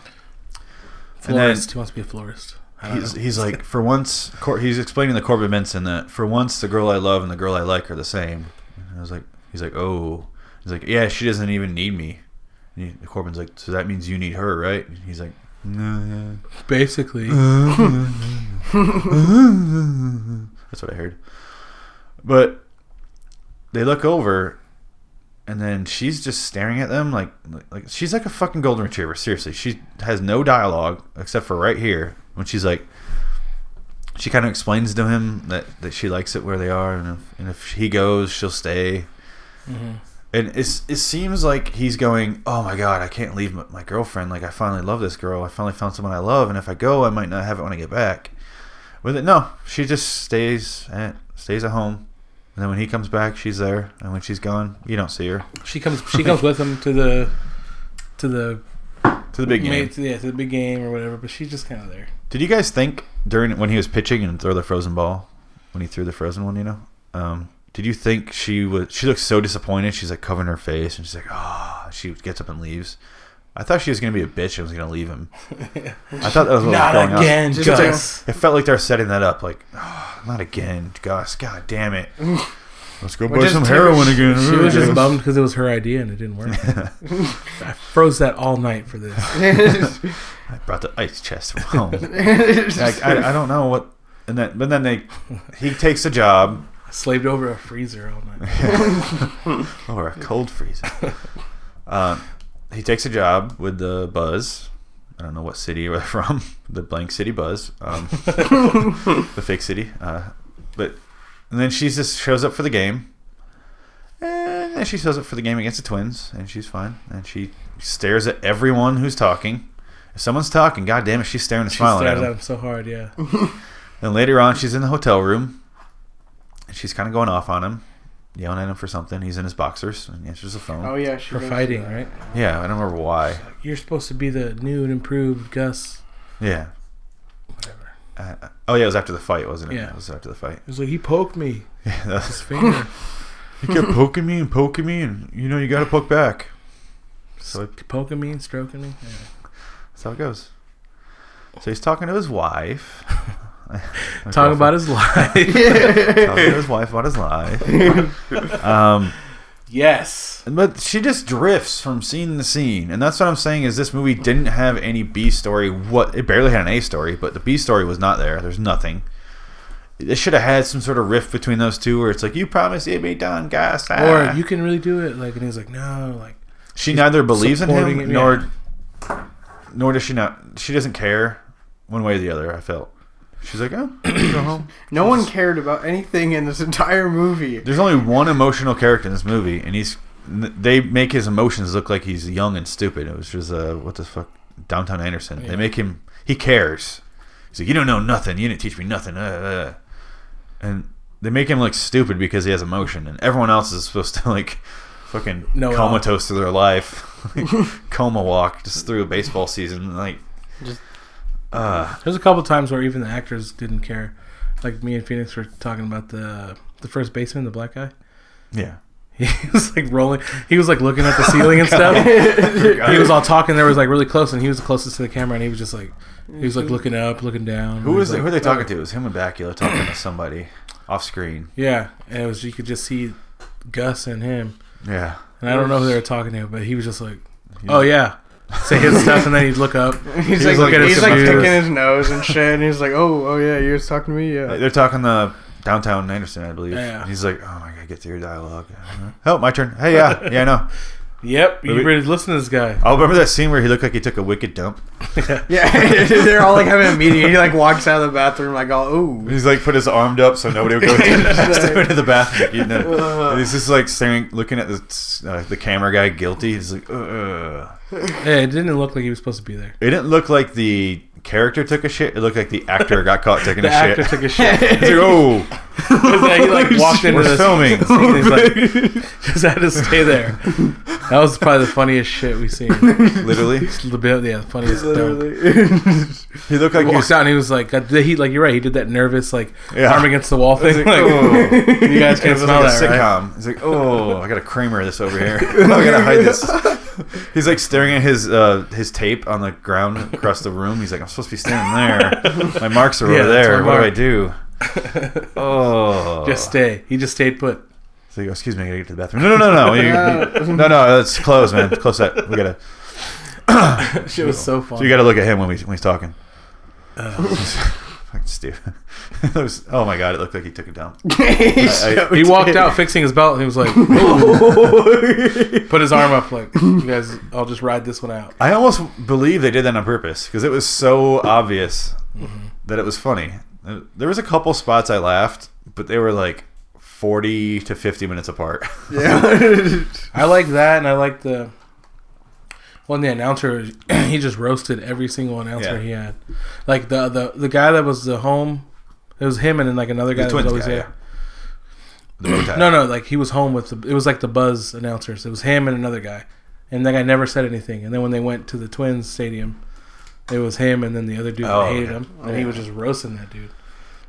Speaker 1: And then
Speaker 2: "Florist." he wants to be a florist. I don't
Speaker 1: he's,
Speaker 2: know.
Speaker 1: he's like, for once, Cor- he's explaining to Corbin Minson that for once the girl I love and the girl I like are the same. And I was like, he's like, oh, he's like, yeah, she doesn't even need me. And he- Corbin's like, so that means you need her, right? And he's like, no, yeah.
Speaker 2: basically
Speaker 1: Uh. That's what I heard. But they look over, and then she's just staring at them like like she's like a fucking golden retriever. Seriously, she has no dialogue except for right here when she's like. She kind of explains to him that, that she likes it where they are, and if, and if he goes, she'll stay.
Speaker 2: mm-hmm.
Speaker 1: And it's, it seems like he's going, oh my god, I can't leave my, my girlfriend. Like I finally love this girl. I finally found someone I love, and if I go, I might not have it when I get back. With it, no, she just stays at stays at home. And then when he comes back, she's there. And when she's gone, you don't see her
Speaker 2: she comes she comes with him to the to the
Speaker 1: to the big game.
Speaker 2: mates- yeah to the big game or whatever. But she's just kind of there.
Speaker 1: Did you guys think during when he was pitching and throw the frozen ball, when he threw the frozen one, you know? Um, did you think she was? She looked so disappointed. She's like covering her face, and she's like, "Ah!" she gets up and leaves. I thought she was gonna be a bitch and was gonna leave him. I thought that was what was going
Speaker 2: Not
Speaker 1: on.
Speaker 2: again,
Speaker 3: Just
Speaker 2: Gus.
Speaker 1: It felt like they're setting that up, like, oh, not again, Gus. God damn it. Let's go
Speaker 3: Which
Speaker 1: buy
Speaker 3: is
Speaker 1: some
Speaker 3: terrible.
Speaker 1: heroin again.
Speaker 2: She was just bummed because it was her idea and it didn't work. I froze that all night for this.
Speaker 1: I brought the ice chest from home. like, I, I don't know what. And then, but then they, he takes a job
Speaker 2: I slaved over a freezer all night.
Speaker 1: Oh, or a cold freezer. Um, he takes a job with the Buzz. I don't know what city they're from. The blank city Buzz. Um, the fake city. Uh, but and then she just shows up for the game. And then she shows up for the game against the Twins, and she's fine. And she stares at everyone who's talking. If someone's talking, god damn it, she's staring and
Speaker 2: She
Speaker 1: smiling
Speaker 2: stared
Speaker 1: at
Speaker 2: at
Speaker 1: them.
Speaker 2: him so hard. Yeah,
Speaker 1: And later on, she's in the hotel room, and she's kind of going off on him, yelling at him for something. He's in his boxers and he answers the phone.
Speaker 3: oh yeah, she
Speaker 2: for
Speaker 3: goes to
Speaker 2: fighting,
Speaker 3: that.
Speaker 2: right?
Speaker 1: Yeah, I don't remember why.
Speaker 2: You're supposed to be the new and improved Gus.
Speaker 1: Yeah.
Speaker 2: Whatever.
Speaker 1: Uh, uh, oh yeah, it was after the fight, wasn't it?
Speaker 2: Yeah.
Speaker 1: it was after the fight.
Speaker 2: It was like he poked me.
Speaker 1: Yeah, that
Speaker 2: His
Speaker 1: was,
Speaker 2: finger.
Speaker 1: he kept poking me and poking me, and you know you got to poke back. So
Speaker 2: so poking me and stroking me. Yeah.
Speaker 1: That's how it goes. So he's talking to his wife.
Speaker 2: Talking about his life.
Speaker 1: talking to his wife about his life. um,
Speaker 2: yes.
Speaker 1: But she just drifts from scene to scene, and that's what I'm saying. Is this movie didn't have any B story? What it barely had an A story, but the B story was not there. There's nothing. It should have had some sort of rift between those two, where it's like you promised it'd be done, guys. ah."
Speaker 2: Or you can really do it. Like, and he's like, no, like,
Speaker 1: she neither believes in him,
Speaker 2: supporting it,
Speaker 1: nor
Speaker 2: yeah.
Speaker 1: nor does she not. She doesn't care one way or the other. I felt she's like, oh, go home.
Speaker 3: No one cared about anything in this entire movie.
Speaker 1: There's only one emotional character in this movie, and he's they make his emotions look like he's young and stupid. It was just uh, what the fuck, Downtown Anderson. They
Speaker 2: Yeah.
Speaker 1: make him he cares. He's like, you don't know nothing. You didn't teach me nothing. Uh, uh. And they make him look stupid because he has emotion, and everyone else is supposed to like fucking
Speaker 2: Know it all.
Speaker 1: comatose to their life, coma walk just through baseball season. Like,
Speaker 3: Just-
Speaker 1: uh,
Speaker 2: there's a couple times where even the actors didn't care. Like me and Phoenix were talking about the the first baseman, the black guy.
Speaker 1: yeah.
Speaker 2: He was like rolling. He was like looking
Speaker 1: Oh
Speaker 2: at the ceiling and stuff. He was all talking. There was like really close, and he was the closest to the camera. And he was just like, he was like looking up, looking down.
Speaker 1: Who is
Speaker 2: like,
Speaker 1: it? Who are they talking to? It was him and Bakula talking to somebody off screen.
Speaker 2: Yeah, and it was you could just see Gus and him.
Speaker 1: Yeah.
Speaker 2: And I don't know who they were talking to, but he was just like, oh yeah, say his stuff, and then he'd look up.
Speaker 3: He's,
Speaker 1: He
Speaker 3: like,
Speaker 1: was looking at
Speaker 3: he's
Speaker 1: his
Speaker 3: like
Speaker 1: computer.
Speaker 3: picking his nose and shit, and he's like, "Oh, oh yeah, you was talking to me,
Speaker 1: Uh,
Speaker 3: yeah."
Speaker 1: They're talking the downtown Anderson, I believe.
Speaker 2: Yeah.
Speaker 1: And he's like, "Oh my god, get through your dialogue." Oh, my turn. Hey, yeah, yeah, I know.
Speaker 2: Yep, you
Speaker 1: Wait, wait.
Speaker 2: ready to listen to this guy?
Speaker 1: I'll remember that scene where he looked like he took a wicked dump.
Speaker 3: Yeah, they're all like having a meeting. He like walks out of the bathroom like, "All ooh."
Speaker 1: He's like put his arm up so nobody would go to,
Speaker 3: Right.
Speaker 1: to the bathroom. You
Speaker 2: Uh-huh.
Speaker 1: know. And he's just like staring, looking at the uh, the camera guy guilty. He's like, "Uh, Ugh.
Speaker 2: Yeah, it didn't look like he was supposed to be there.
Speaker 1: it didn't look like the character took a shit, it looked like the actor got caught taking
Speaker 2: The
Speaker 1: a
Speaker 2: actor
Speaker 1: shit.
Speaker 2: took a shit.
Speaker 1: It's like, oh,
Speaker 2: 'Cause then he like walked into the
Speaker 1: we're filming.
Speaker 2: scene and he's like, just had to stay there. That was probably the funniest shit we seen.
Speaker 1: Literally,
Speaker 2: Just the bit, yeah, the funniest. Literally.
Speaker 3: Literally.
Speaker 1: he looked like
Speaker 2: He
Speaker 1: he
Speaker 2: walks
Speaker 1: was.
Speaker 2: out and he was like, "God, he like you're right. He did that nervous like
Speaker 1: Yeah.
Speaker 2: arm against the wall thing.
Speaker 1: It's like,
Speaker 2: like,
Speaker 1: oh.
Speaker 2: You guys
Speaker 1: It
Speaker 2: can't
Speaker 1: was
Speaker 2: smell
Speaker 1: like
Speaker 2: that,
Speaker 1: a
Speaker 2: right?
Speaker 1: sitcom. He's like, oh, I gotta Kramer this over here. I gotta hide this. He's like staring at his uh, his tape on the ground across the room. He's like, I'm supposed to be standing there. My marks are
Speaker 2: Yeah,
Speaker 1: over
Speaker 2: that's
Speaker 1: there.
Speaker 2: my
Speaker 1: What do I
Speaker 2: mark."
Speaker 1: do? Oh,
Speaker 2: Just stay. He just stayed put.
Speaker 1: So you go, excuse me, I gotta get to the bathroom. No, no, no, no,
Speaker 2: Uh,
Speaker 1: you, no, no. It's close, man. It's close that we gotta.
Speaker 2: Shit was so fun.
Speaker 1: So you gotta look at him when we when he's talking.
Speaker 2: Uh,
Speaker 1: Fucking stupid. It was- oh my god, it looked like he took a dump.
Speaker 2: he walked out fixing his belt and he was like, "Ooh." put his arm up like, you guys, I'll just ride this one out.
Speaker 1: I almost believe they did that on purpose because it was so obvious that it was funny. Uh, There was a couple spots I laughed, but they were like forty to fifty minutes apart.
Speaker 3: Yeah.
Speaker 2: I like that, and I like the one. The announcer, he just roasted every single announcer
Speaker 1: Yeah.
Speaker 2: he had. Like the the the guy that was the home, it was him and then like another guy
Speaker 1: the
Speaker 2: that was
Speaker 1: twins
Speaker 2: always
Speaker 1: guy, yeah.
Speaker 2: there.
Speaker 1: the bow tie.
Speaker 2: No, no, like he was home with the. It was like the Buzz announcers. It was him and another guy, and that guy never said anything. And then when they went to the Twins stadium, it was him and then the other dude
Speaker 1: Oh,
Speaker 2: that hated
Speaker 1: okay.
Speaker 2: him, and he was just roasting that dude.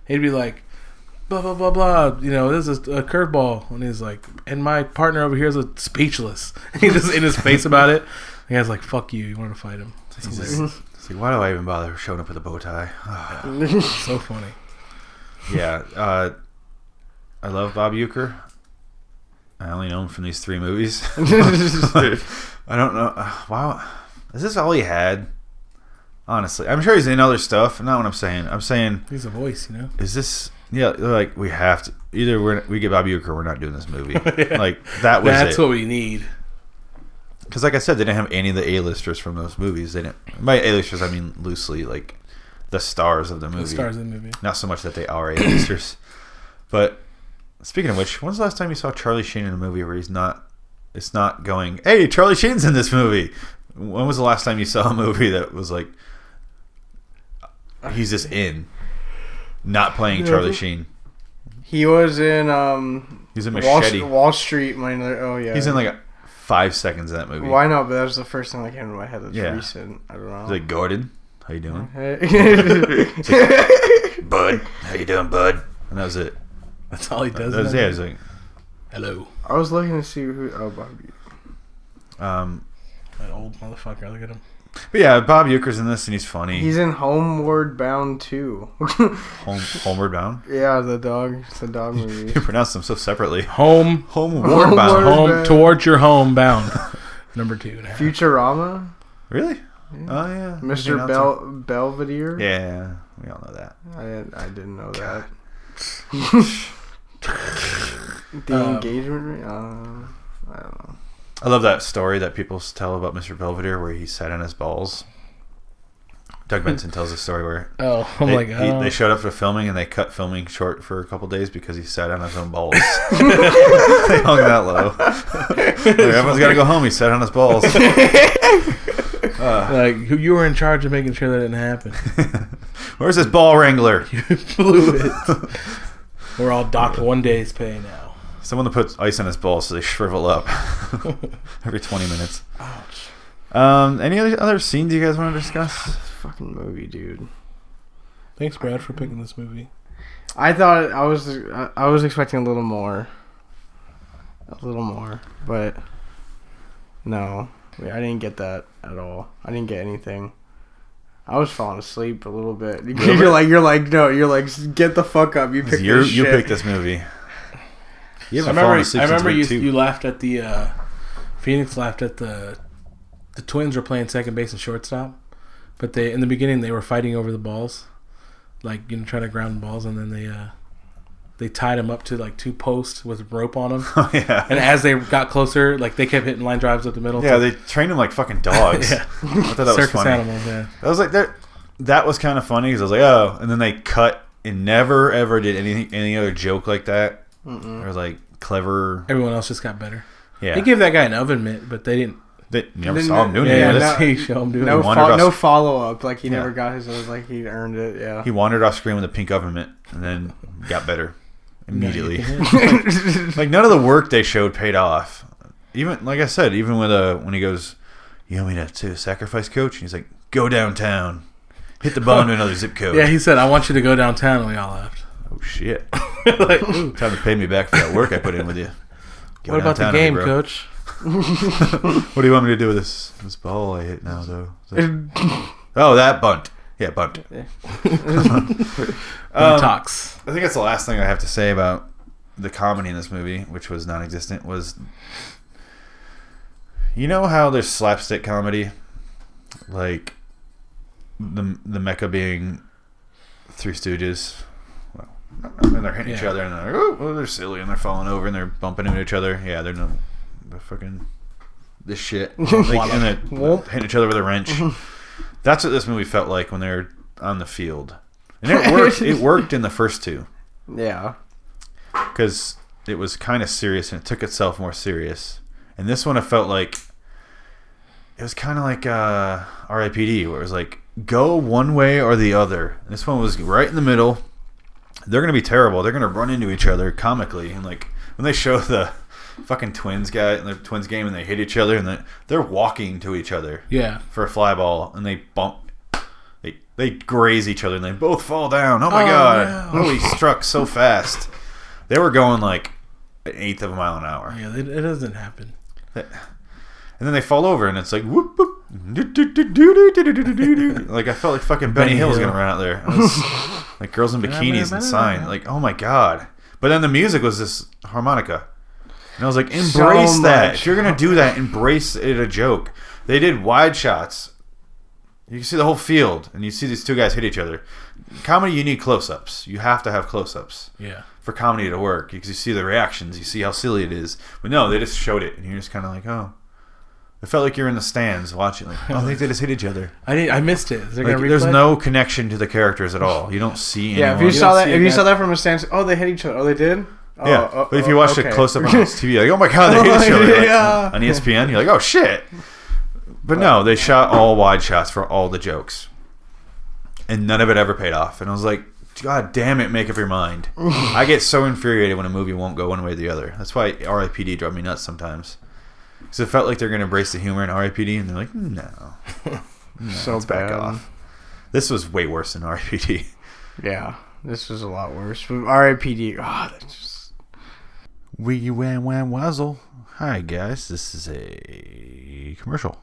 Speaker 2: He'd be like. Blah blah blah blah. You know, this is a curveball, and he's like, and my partner over here is a speechless. He's just in his face about it. The guy's like, "Fuck you, you want to fight him?" It's
Speaker 1: He's
Speaker 2: hilarious.
Speaker 1: just- it's like, why do I even bother showing up with a bow tie?
Speaker 2: so funny.
Speaker 1: yeah, uh, I love Bob Euchre. I only know him from these three movies. I don't know. uh, Wow, is this all he had? Honestly, I'm sure he's in other stuff. Not what I'm saying. I'm saying
Speaker 2: He's a voice, you know.
Speaker 1: is this yeah they're like we have to either we're, we get Bob Uecker we're not doing this movie like that was
Speaker 2: That's
Speaker 1: it
Speaker 2: what we need.
Speaker 1: because like I said they didn't have any of the A-listers from those movies they didn't by A-listers I mean loosely like the stars of the movie
Speaker 2: The stars in the movie.
Speaker 1: not so much that they are A-listers but speaking of which when's the last time you saw Charlie Sheen in a movie where he's not it's not going hey Charlie Sheen's in this movie when was the last time you saw a movie that was like he's just in not playing Charlie Sheen
Speaker 3: he was in um
Speaker 1: he's a
Speaker 3: Wall,
Speaker 1: machete
Speaker 3: Wall Street. My other- oh yeah.
Speaker 1: He's in like a five seconds in that movie.
Speaker 3: Why not? But that was the first thing that came to my head. That's
Speaker 1: Yeah.
Speaker 3: recent. I don't know.
Speaker 1: He's like Gordon, how you doing,
Speaker 3: Hey.
Speaker 1: bud? How you doing, bud? And that was it.
Speaker 2: That's all he does.
Speaker 1: That was
Speaker 2: in that
Speaker 1: yeah. It was like,
Speaker 2: Hello,
Speaker 3: I was looking to see who. Oh, Bobby.
Speaker 1: um,
Speaker 2: that old motherfucker. Look at him.
Speaker 1: but yeah, Bob Euchre's in this and he's funny.
Speaker 3: He's in Homeward Bound too.
Speaker 1: Home, homeward bound.
Speaker 3: yeah, the dog. It's the dog movie.
Speaker 1: You pronounce them so separately.
Speaker 2: Home,
Speaker 1: Homeward
Speaker 3: Homeward-
Speaker 1: bound.
Speaker 2: home
Speaker 3: bound.
Speaker 2: towards your home bound. Number two. Now.
Speaker 3: Futurama.
Speaker 1: Really? Oh yeah. He's an
Speaker 3: Mr.
Speaker 1: announcer.
Speaker 3: Bel Belvedere.
Speaker 1: Yeah, we all know that.
Speaker 3: I, I didn't know that. the
Speaker 2: Um,
Speaker 3: engagement ring? Uh, I don't know.
Speaker 1: I love that story that people s- tell about Mr. Belvedere where he sat on his balls. Doug Benson tells a story where
Speaker 2: Oh, I'm
Speaker 1: they,
Speaker 2: like,
Speaker 1: he-
Speaker 2: oh.
Speaker 1: they showed up for filming and they cut filming short for a couple days because he sat on his own balls. they hung that low. Like, everyone's got to go home. He sat on his balls. Uh,
Speaker 2: like who you were in charge of making sure that didn't happen.
Speaker 1: where's this ball wrangler?
Speaker 2: Blew it. We're all docked one day's pay now.
Speaker 1: Someone that puts ice on his balls so they shrivel up every 20 minutes. Um, any other, other scenes you guys want to discuss?
Speaker 3: Fucking movie, dude.
Speaker 2: Thanks, Brad, for picking this movie.
Speaker 3: I thought I was I I was expecting a little more. A little more, but no, I didn't get that at all. I didn't get anything. I was falling asleep a little bit. You're like, you're like, no, you're like, get the fuck up. You picked
Speaker 1: You're,
Speaker 3: this
Speaker 1: you
Speaker 3: shit.
Speaker 1: picked this movie. You
Speaker 2: I
Speaker 1: haven't fallen
Speaker 2: remember,
Speaker 1: asleep
Speaker 2: I remember you,
Speaker 1: since week
Speaker 2: you laughed at the uh, Phoenix laughed at the the twins were playing second base and shortstop, but they in the beginning they were fighting over the balls, like you know trying to ground balls, and then they uh, they tied them up to like two posts with rope on them,
Speaker 1: two. Oh, yeah.
Speaker 2: and as they got closer, like they kept hitting line drives up the middle.
Speaker 1: yeah,
Speaker 2: to
Speaker 1: they trained him like fucking dogs.
Speaker 2: Yeah.
Speaker 1: I thought that was
Speaker 2: circus
Speaker 1: funny.
Speaker 2: animals. Yeah,
Speaker 1: I was like, that, that was kind of funny because I was like, oh, and then they cut and never ever did anything, any other joke like that or like clever.
Speaker 2: everyone else just got better.
Speaker 1: Yeah,
Speaker 2: They gave that guy an oven mitt, but they didn't.
Speaker 1: They never
Speaker 3: Then
Speaker 1: saw him
Speaker 3: the-
Speaker 1: doing
Speaker 2: Yeah,
Speaker 1: any
Speaker 2: yeah
Speaker 1: of
Speaker 3: no-
Speaker 1: this.
Speaker 2: he show him doing
Speaker 1: He
Speaker 3: No,
Speaker 2: it.
Speaker 1: wandered
Speaker 3: fo-
Speaker 1: us-
Speaker 3: no follow up. Like he
Speaker 1: Yeah.
Speaker 3: never got his. Like he earned it. Yeah.
Speaker 1: He wandered off screen with a pink government and then got better immediately. like none of the work they showed paid off. Even like I said, even with uh when he goes, you want me to, to sacrifice coach? And he's like, go downtown, hit the bond to another zip code.
Speaker 2: Yeah, he said, "I want you to go downtown," and we all laughed.
Speaker 1: oh shit!
Speaker 2: like, ooh,
Speaker 1: Time to pay me back for that work I put in with you. Go
Speaker 2: what about the
Speaker 1: downtown with me,
Speaker 2: game,
Speaker 1: bro.
Speaker 2: coach?
Speaker 1: What do you want me to do with this this ball I hit now though? It's like- oh, that bunt. Yeah, bunt.
Speaker 2: He
Speaker 1: Um,
Speaker 2: talks.
Speaker 1: I think that's the last thing I have to say about the comedy in this movie, which was non-existent, was you know how there's slapstick comedy, like the the mecca being Three Stooges. Well, and they're hitting each
Speaker 2: Yeah.
Speaker 1: other, and they're like, oh, well, they're silly, and they're falling over, and they're bumping into each other. Yeah, they're no, they're fucking this shit, like, and they're
Speaker 3: Whoop.
Speaker 1: hitting each other with a wrench. That's what this movie felt like when they were on the field, and it worked. it worked in the first two
Speaker 3: yeah.
Speaker 1: because it was kind of serious and it took itself more serious. And this one, I felt like it was kind of like uh, R.I.P.D., where it was like go one way or the other. And this one was right in the middle. They're gonna be terrible. They're gonna run into each other comically, and like when they show the fucking twins guy and the twins game, and they hit each other, and they- they're walking to each other
Speaker 2: Yeah.
Speaker 1: for a fly ball, and they bump. They, they graze each other and they both fall down. Oh my
Speaker 2: Oh,
Speaker 1: god!
Speaker 2: no.
Speaker 1: Oh, he struck so fast. They were going like an eighth of a mile an hour,
Speaker 2: Yeah, it, it doesn't happen.
Speaker 1: and then they fall over, and it's like whoop whoop. doo, doo, doo, doo, doo, doo, doo, doo, doo, doo. Like I felt like fucking Benny,
Speaker 2: Benny
Speaker 1: Hill was
Speaker 2: Hill.
Speaker 1: gonna run out there. I was- like girls in bikinis and sign. Like oh my god! But then the music was this harmonica, and I was like embrace
Speaker 3: So
Speaker 1: that.
Speaker 3: much.
Speaker 1: If you're gonna do that, embrace it a joke. They did wide shots You can see the whole field, and you see these two guys hit each other. Comedy, you need close-ups. You have to have close-ups
Speaker 2: Yeah.
Speaker 1: for comedy to work because you see the reactions, you see how silly it is. But no, they just showed it, and you're just kind of like, oh. It felt like you're in the stands watching. Like, oh, they just hit each other.
Speaker 2: I did, I missed it. Is there
Speaker 1: Like,
Speaker 2: gonna
Speaker 1: there's
Speaker 2: replay?
Speaker 1: no connection to the characters at all. You don't see anyone.
Speaker 3: Yeah. If you
Speaker 2: don't
Speaker 3: saw that,
Speaker 2: see
Speaker 3: if you
Speaker 2: that.
Speaker 3: saw that from a stance, oh, they hit each other. Oh, they did. Oh,
Speaker 1: Yeah,
Speaker 3: oh,
Speaker 1: but if
Speaker 3: oh,
Speaker 1: you watched
Speaker 3: okay.
Speaker 1: it close up on TV, like, oh my god, they hit each other. Like,
Speaker 3: Yeah.
Speaker 1: On ESPN, you're like, oh shit. But no, they shot all wide shots for all the jokes, and none of it ever paid off. And I was like, God damn it, make up your mind. I get so infuriated when a movie won't go one way or the other. That's why R.I.P.D. drove me nuts sometimes. Because it felt like they're going to embrace the humor in R.I.P.D. and they're like, no,
Speaker 3: so
Speaker 1: let's back
Speaker 3: bad.
Speaker 1: off. This was way worse than R.I.P.D.
Speaker 3: Yeah, this was a lot worse. But R.I.P.D. Oh, that's just
Speaker 1: Wee wham wham wazzle. Hi guys, this is a commercial.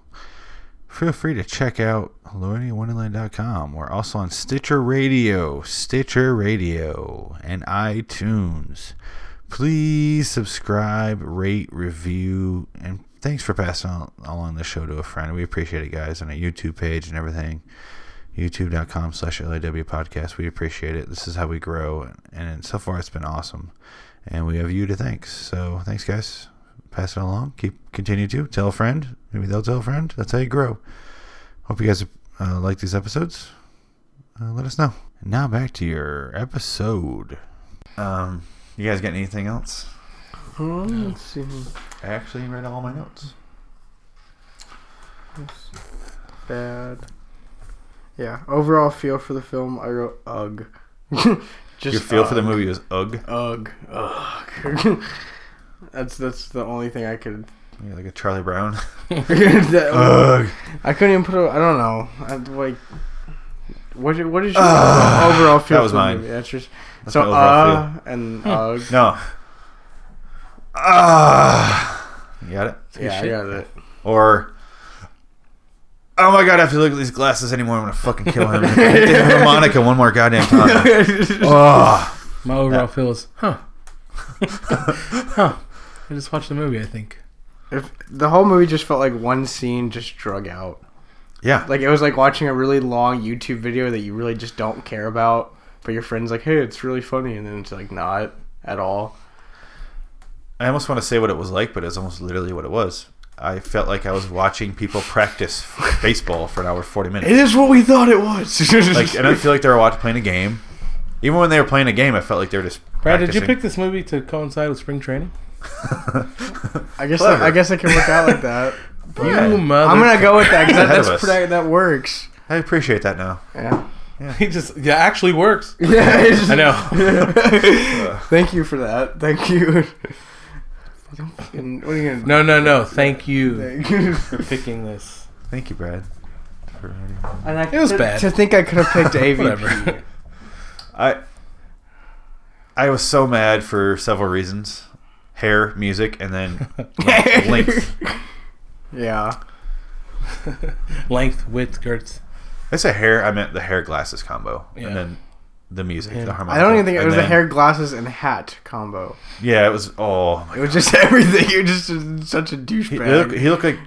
Speaker 1: Feel free to check out LoreNewWonderland.com. We're also on Stitcher Radio, Stitcher Radio, and iTunes. Please subscribe, rate, review, and thanks for passing on, along the show to a friend. We appreciate it, guys, on our YouTube page and everything. YouTube.com slash LAW podcast. We appreciate it. This is how we grow, and so far it's been awesome and we have you to thank. So thanks, guys. Pass it along. Keep continue to tell a friend. Maybe they'll tell a friend. That's how you grow. Hope you guys uh, like these episodes. Uh, let us know. Now back to your episode. Um, you guys got anything else?
Speaker 3: Hmm, let's see.
Speaker 1: I actually read all my notes.
Speaker 3: bad. Yeah. Overall feel for the film, I wrote ugh. just uh,
Speaker 1: Your feel for the
Speaker 3: ugh.
Speaker 1: movie was ugh,
Speaker 3: Ugh. Ugh. that's that's the only thing I could.
Speaker 1: You're like a Charlie Brown.
Speaker 3: that-
Speaker 1: Ugh.
Speaker 3: I couldn't even put. A, I don't know. I, like, what? did- What is your
Speaker 1: Ugh.
Speaker 3: overall feel?
Speaker 1: That was
Speaker 3: for the
Speaker 1: mine.
Speaker 3: movie? That's just,
Speaker 1: That's
Speaker 3: so
Speaker 1: my overall
Speaker 3: uh and ugh.
Speaker 1: feel. No. Ah. you got it.
Speaker 3: yeah, I got it.
Speaker 1: Or, oh my god, I have to look at these glasses anymore. I'm gonna fucking kill him. If I hit the harmonica one more goddamn time. Ugh.
Speaker 2: My overall
Speaker 1: Yeah.
Speaker 2: feel is, huh? huh? I just watched the movie. I think.
Speaker 3: If the whole movie just felt like one scene just drug out.
Speaker 1: Yeah.
Speaker 3: Like it was like watching a really long YouTube video that you really just don't care about, but your friend's like, "Hey, it's really funny," and then it's like not at all.
Speaker 1: I almost want to say what it was like, but it's almost literally what it was. I felt like I was watching people practice baseball for an hour forty minutes.
Speaker 3: is what we thought it was.
Speaker 1: Like, and I feel like they were watching playing a game. Even when they were playing a game, I felt like they were just.
Speaker 2: Brad, did you
Speaker 1: practicing.
Speaker 2: pick this movie to coincide with spring training?
Speaker 3: I guess
Speaker 1: Clever.
Speaker 3: I, guess it can work out like that.
Speaker 1: Yeah.
Speaker 2: You mother.
Speaker 3: I'm gonna go with that because
Speaker 1: Ahead
Speaker 3: that's
Speaker 1: of us.
Speaker 3: pretty, that works.
Speaker 1: I appreciate that now.
Speaker 3: Yeah.
Speaker 2: He just yeah, actually works.
Speaker 3: Yeah, it's-
Speaker 2: I know.
Speaker 3: Thank you for that. Thank you. Fucking- what are you gonna?
Speaker 2: No, no, no. Thank you
Speaker 3: Thank you.
Speaker 2: for picking this.
Speaker 1: Thank you, Brad. for-
Speaker 3: And I,
Speaker 2: It was
Speaker 3: to,
Speaker 2: bad.
Speaker 3: To think I could have picked AVP.
Speaker 2: Whatever.
Speaker 1: I I was so mad for several reasons: hair, music, and then length. length.
Speaker 3: yeah.
Speaker 2: Length, width, girth.
Speaker 1: I said hair. I meant the hair glasses combo,
Speaker 2: Yeah.
Speaker 1: and then the music,
Speaker 2: Yeah.
Speaker 1: the
Speaker 3: I
Speaker 1: harmonica.
Speaker 3: don't even think it
Speaker 1: and
Speaker 3: was the
Speaker 1: then-
Speaker 3: hair, glasses, and hat combo.
Speaker 1: Yeah, it was. Oh my
Speaker 3: It was just everything. You're just a- such a
Speaker 1: He, he looked,
Speaker 3: douchebag.
Speaker 1: he looked like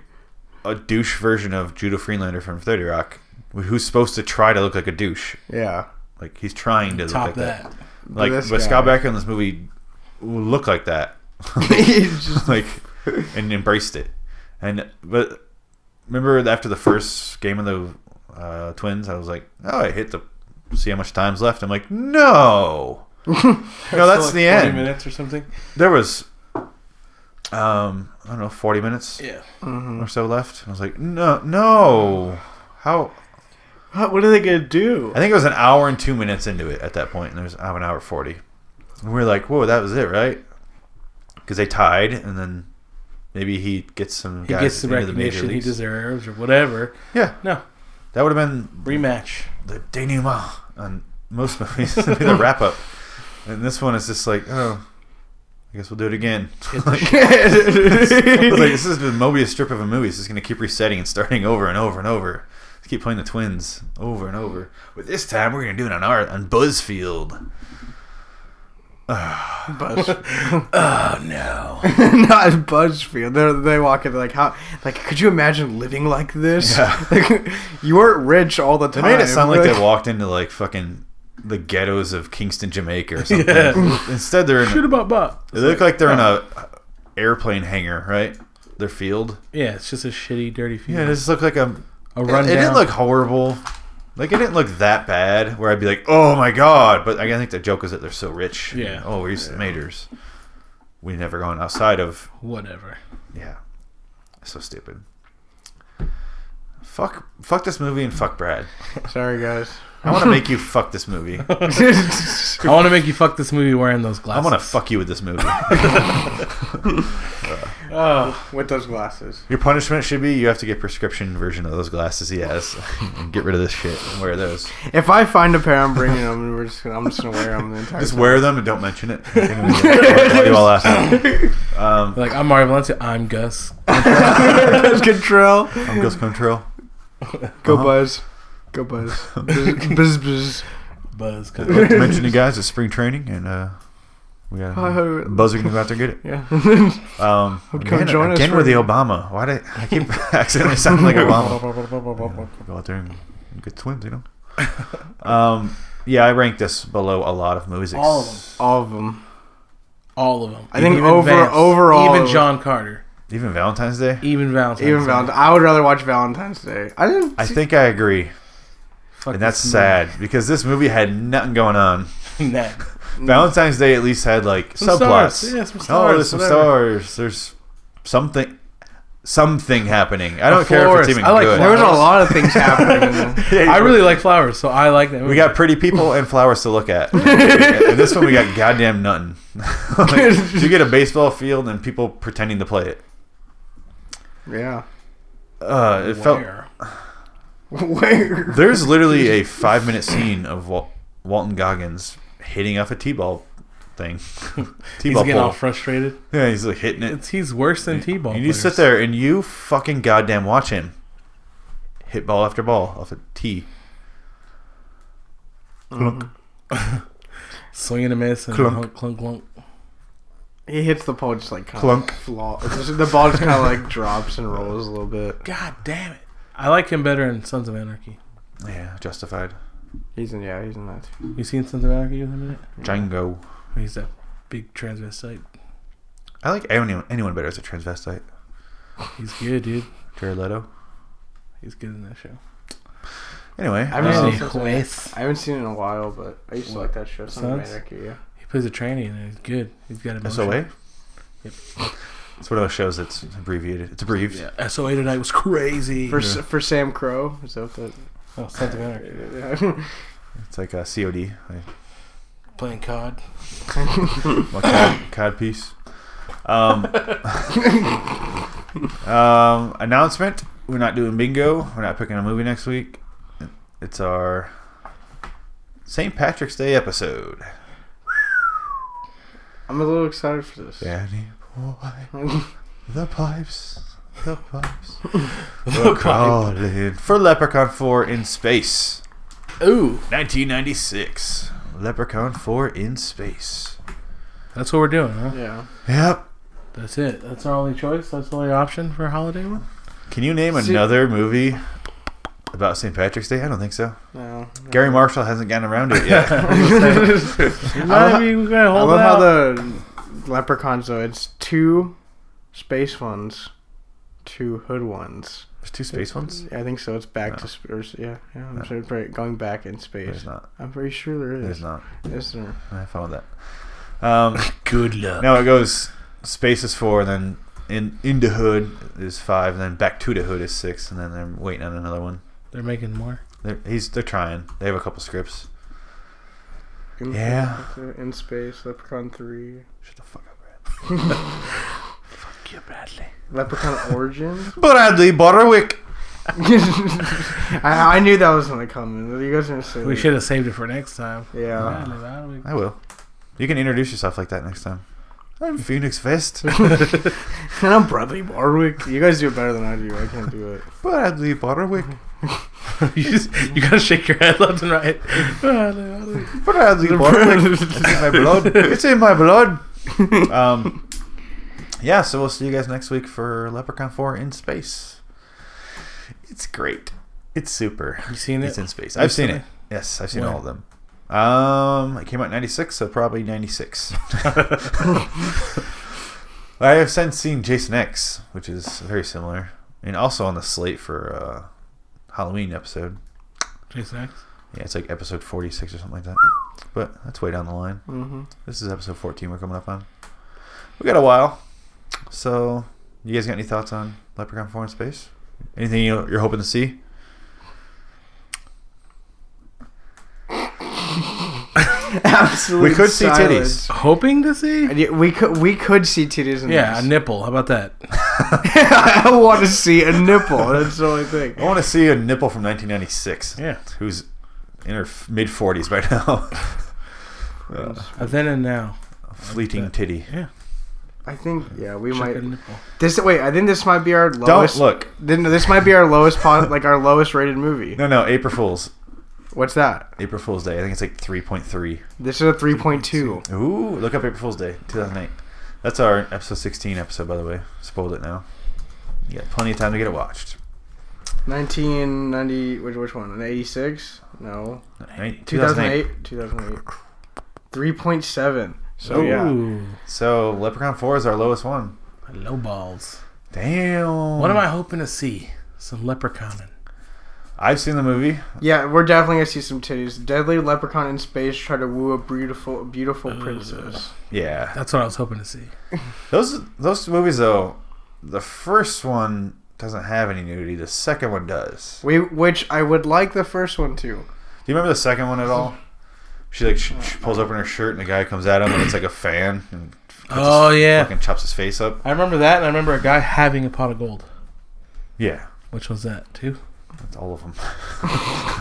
Speaker 1: a douche version of Judah Freelander from Thirty Rock, wh- who's supposed to try to look like a douche.
Speaker 3: Yeah.
Speaker 1: Like he's trying to
Speaker 2: Top
Speaker 1: look like that.
Speaker 2: that.
Speaker 1: Like,
Speaker 3: this
Speaker 1: but
Speaker 3: guy.
Speaker 1: Scott Bakula in this movie looked like that,
Speaker 3: He's just-
Speaker 1: like, and embraced it. And but remember after the first game of the uh, Twins, I was like, oh, I hit the see how much time's left. I'm like, no, no, that's
Speaker 2: Still, like,
Speaker 1: the
Speaker 2: 40
Speaker 1: end.
Speaker 2: minutes or something.
Speaker 1: There was, um, I don't know, 40 minutes
Speaker 2: Yeah.
Speaker 1: or so left. I was like, no, no. How?
Speaker 3: What what are they gonna do?
Speaker 1: I think it was an hour and two minutes into it at that point, and there's I have an hour forty. And we are like, whoa, that was it, right? Because they tied, and then maybe he gets some.
Speaker 2: He
Speaker 1: guys
Speaker 2: gets the
Speaker 1: into
Speaker 2: recognition he
Speaker 1: leagues.
Speaker 2: deserves or whatever.
Speaker 1: Yeah,
Speaker 2: No.
Speaker 1: that would have been
Speaker 2: Rematch.
Speaker 1: the denouement on most movies, it'd be the wrap up. And this one is just like, oh, I guess we'll do it again. Like, I was like, this is the Mobius strip of a movie. It's just going to keep resetting and starting over and over and over. Just keep playing the twins over and over. But this time, we're going to do it on our on Buzzfield.
Speaker 3: Buzz,
Speaker 2: Oh no.
Speaker 3: not Buzzfield. They're, they walk in they're like how like could you imagine living like this?
Speaker 1: Yeah.
Speaker 3: Like, you weren't rich all the
Speaker 1: They
Speaker 3: time.
Speaker 1: made it sound like
Speaker 3: Like-
Speaker 1: they walked into like fucking the ghettos of Kingston, Jamaica or something.
Speaker 2: Yeah.
Speaker 1: Instead, they're in,
Speaker 2: Shoot about bop.
Speaker 1: they look like they're in a airplane hangar, right? Their field.
Speaker 2: Yeah, it's just a shitty, dirty field.
Speaker 1: Yeah, it just looked like a
Speaker 2: a
Speaker 1: It-
Speaker 2: rundown.
Speaker 1: It, didn't look horrible. Like it didn't look that bad. Where I'd be like, "Oh my god!" But I think the joke is that they're so rich.
Speaker 2: Yeah.
Speaker 1: Oh, we're used to the majors. We never gone outside of.
Speaker 2: whatever.
Speaker 1: Yeah. So stupid. Fuck. Fuck this movie and fuck Brad.
Speaker 3: Sorry guys.
Speaker 1: I want to make you fuck this movie.
Speaker 2: I want to make you fuck this movie wearing those
Speaker 1: I
Speaker 2: glasses.
Speaker 1: want to fuck you with this movie.
Speaker 2: Oh,
Speaker 3: With those glasses.
Speaker 1: Your punishment should be you have to get prescription version of those glasses he has and get rid of this shit and wear those.
Speaker 3: If I find a pair, I'm bringing them. And we're just gonna, I'm just gonna wear them the entire
Speaker 1: Just
Speaker 3: time.
Speaker 1: wear them and don't mention it. Why you all laugh at me? Um,
Speaker 2: like I'm Mario Valencia. I'm Gus.
Speaker 3: Buzz Control.
Speaker 1: I'm Ghost Control.
Speaker 3: Go
Speaker 1: Uh-huh.
Speaker 3: Buzz. Go Buzz. Buzz buzz. buzz.
Speaker 2: Buzz.
Speaker 1: I'd like to mention you guys it's spring training and uh, we got
Speaker 3: I
Speaker 1: uh,
Speaker 3: hope-
Speaker 1: Buzzer can go out there and get
Speaker 3: Yeah.
Speaker 1: it. Um,
Speaker 3: come
Speaker 1: again,
Speaker 3: join us
Speaker 1: again
Speaker 3: for-
Speaker 1: with the Obama. Why did I keep accidentally sounding like Obama? Yeah, go out there and get twins, you know. Um, yeah, I rank this below a lot of movies.
Speaker 2: All of them.
Speaker 3: All of them.
Speaker 2: All of them.
Speaker 3: I think over- overall-
Speaker 2: even John Carter,
Speaker 1: Even Valentine's Day.
Speaker 2: even Valentine,
Speaker 3: Even Valentine. I would rather watch Valentine's Day. I didn't.
Speaker 1: I think I agree, and that's sad because this movie had nothing going on.
Speaker 2: That.
Speaker 1: Valentine's Day at least had like
Speaker 2: Some
Speaker 1: subplots.
Speaker 2: stars. Yeah, some
Speaker 1: Oh,
Speaker 2: stars.
Speaker 1: there's some
Speaker 2: whatever.
Speaker 1: stars. There's something, something happening. I don't care
Speaker 2: florist.
Speaker 1: if it's even
Speaker 2: I like
Speaker 1: good.
Speaker 3: There was a lot of things happening. in the-
Speaker 1: Yeah,
Speaker 2: I really like flowers, so I like that.
Speaker 1: We got pretty people and flowers to look at. and this one we got goddamn nothing. Like, you get a baseball field and people pretending to play it.
Speaker 3: yeah.
Speaker 1: Uh, it felt
Speaker 2: Where?
Speaker 3: Where?
Speaker 1: there's literally a five minute scene of Wal- Walton Goggins hitting off a t-ball thing.
Speaker 2: He's
Speaker 1: t-ball
Speaker 2: getting
Speaker 1: pole.
Speaker 2: all frustrated.
Speaker 1: Yeah, he's like hitting it.
Speaker 2: It's he's worse than T-ball.
Speaker 1: and you
Speaker 2: players.
Speaker 1: sit there and you fucking goddamn watch him hit ball after ball off a tee.
Speaker 2: swinging a miss and
Speaker 1: Clunk.
Speaker 2: clunk clunk clunk.
Speaker 3: He hits the pole just like kind
Speaker 1: Clunk.
Speaker 3: Of flaw. just- The ball just kind of like drops and rolls a little bit.
Speaker 2: God damn it! I like him better in Sons of Anarchy.
Speaker 1: Yeah, justified.
Speaker 3: He's in. Yeah, he's in that.
Speaker 2: You seen Sons of Anarchy with him in it?
Speaker 1: Django.
Speaker 2: He's that big transvestite.
Speaker 1: I like anyone anyone better as a transvestite.
Speaker 2: He's good, dude.
Speaker 1: Jared Leto.
Speaker 2: He's good in that show.
Speaker 1: Anyway,
Speaker 3: I haven't
Speaker 1: um,
Speaker 3: seen it. I haven't seen it in a while, but I used to like that show. Sons of
Speaker 2: Sons?
Speaker 3: Anarchy. Yeah.
Speaker 1: um,
Speaker 2: He plays a trainee and he's good. He's got a
Speaker 1: SOA. It's one of those shows that's abbreviated. It's abbreviated.
Speaker 2: Yeah, SOA tonight was crazy.
Speaker 3: For S for Sam Crow, is that what
Speaker 2: oh, Sons of Anarchy.
Speaker 3: that? Yeah.
Speaker 1: It's like uh, a COD, like
Speaker 2: Playing COD.
Speaker 1: my cod, cod piece. Um, um, announcement: We're not doing bingo. We're not picking a movie next week. It's our St. Patrick's Day episode.
Speaker 3: I'm a little excited for this.
Speaker 1: Danny boy, the pipes, the pipes. We're calling for Leprechaun 4 in space.
Speaker 2: Ooh,
Speaker 1: 1996. Leprechaun 4 in space.
Speaker 2: that's what we're doing, huh?
Speaker 3: yeah.
Speaker 1: Yep.
Speaker 2: That's it. That's our only choice. That's the only option for a holiday one.
Speaker 1: Can you name
Speaker 3: See-
Speaker 1: another movie about St. Patrick's Day? I don't think so.
Speaker 3: No.
Speaker 1: Gary Marshall hasn't gotten around to it yet.
Speaker 2: I mean, we're gonna
Speaker 3: I
Speaker 2: hold
Speaker 3: love how
Speaker 2: out.
Speaker 3: the leprechauns though. It's two space ones, two hood ones.
Speaker 1: There's two space ones.
Speaker 3: I think so. It's back
Speaker 1: No.
Speaker 3: to sp- or, s- yeah. Yeah, I'm
Speaker 1: No.
Speaker 3: sure it's very- going back in space.
Speaker 1: There's not.
Speaker 3: I'm pretty sure there
Speaker 1: There's
Speaker 3: is.
Speaker 1: not.
Speaker 3: Is there?
Speaker 1: I had fun with that. Um,
Speaker 2: Good luck.
Speaker 1: no, it goes space is four, and then in into hood is five, and then back to the hood is six, and then they're waiting on another one.
Speaker 2: They're making more.
Speaker 1: They're, he's they're trying. They have a couple scripts. Yeah.
Speaker 3: In space, Leprechaun three,
Speaker 1: Shut the fuck up, Brad.
Speaker 2: Fuck you, Bradley.
Speaker 3: Leprechaun Origins.
Speaker 1: Bradley Butterwick.
Speaker 3: I, I knew that was gonna come. You guys are gonna say
Speaker 2: We
Speaker 3: that.
Speaker 2: should have saved it for next time.
Speaker 3: Yeah.
Speaker 2: Bradley, Bradley.
Speaker 1: I will. You can introduce yourself like that next time. I'm Phoenix Fest.
Speaker 3: And I'm Bradley Barwick. You guys do it better than I do. I can't do it.
Speaker 1: Bradley Butterwick.
Speaker 2: you, just, you gotta shake your head left and right. Bradley, Bradley.
Speaker 1: Bradley Butterwick. It's in my blood. It's in my blood. Um, yeah, so we'll see you guys next week for Leprechaun 4 in space. It's great. It's super.
Speaker 2: You seen it?
Speaker 1: It's in space. I've seen it.
Speaker 2: Recently?
Speaker 1: Yes, I've seen
Speaker 2: When?
Speaker 1: all of them. Um, it came out in '96, so probably '96. I have since seen Jason X, which is very similar, and also on the slate for uh, Halloween episode.
Speaker 2: Jason X.
Speaker 1: Yeah, it's like episode 46 or something like that. But that's way down the line.
Speaker 3: Mm-hmm.
Speaker 1: This is episode 14 we're coming up on. We got a while. So, you guys got any thoughts on Leprechaun 4 in Space? Anything you- you're hoping to see?
Speaker 3: Absolutely.
Speaker 1: We could see
Speaker 3: silence.
Speaker 2: Hoping to see.
Speaker 3: And yet We could we could see titties. And
Speaker 2: Yeah, a
Speaker 3: nips.
Speaker 2: nipple. How about that?
Speaker 3: I want to see a nipple. That's the only thing.
Speaker 1: I want to see a nipple from 1996.
Speaker 2: Yeah.
Speaker 1: Who's in her mid 40s by now. Uh,
Speaker 2: A then and now.
Speaker 1: fleeting titty.
Speaker 2: Yeah.
Speaker 3: I think yeah, we
Speaker 2: Check
Speaker 3: might.
Speaker 2: a nipple.
Speaker 3: This wait, I think this might be our lowest.
Speaker 1: Don't look.
Speaker 3: Then this might be our lowest pod, like our lowest rated movie.
Speaker 1: No, no, April Fools.
Speaker 3: What's that?
Speaker 1: April Fools Day. I think it's like 3.3.
Speaker 3: This is a three point two.
Speaker 1: Ooh, look up April Fool's Day, 2008. That's our episode 16 episode, by the way. Spoiled it now. You got plenty of time to get it watched.
Speaker 3: Nineteen ninety. Which which one? An eighty six? No.
Speaker 1: Nine- 2008.
Speaker 3: Two thousand eight. Two thousand eight. Three point seven. So yeah.
Speaker 2: Ooh,
Speaker 1: So Leprechaun 4 is our lowest one.
Speaker 2: my low balls.
Speaker 1: Damn.
Speaker 2: What am I hoping to see? Some leprechauning.
Speaker 1: I've seen the movie.
Speaker 3: Yeah, we're definitely gonna see some titties. Deadly leprechaun in space try to woo a beautiful, beautiful princess.
Speaker 1: Yeah.
Speaker 2: That's what I was hoping to see.
Speaker 1: Those those movies though, the first one doesn't have any nudity. The second one does.
Speaker 3: We, which I would like the first one too.
Speaker 1: Do you remember the second one at all? She like sh- she pulls open her shirt and the guy comes at him and it's like a fan and
Speaker 2: Oh yeah,
Speaker 1: fucking chops his face up.
Speaker 2: I remember that, and I remember a guy having a pot of gold.
Speaker 1: Yeah,
Speaker 2: Which was that too?
Speaker 1: that's all of them.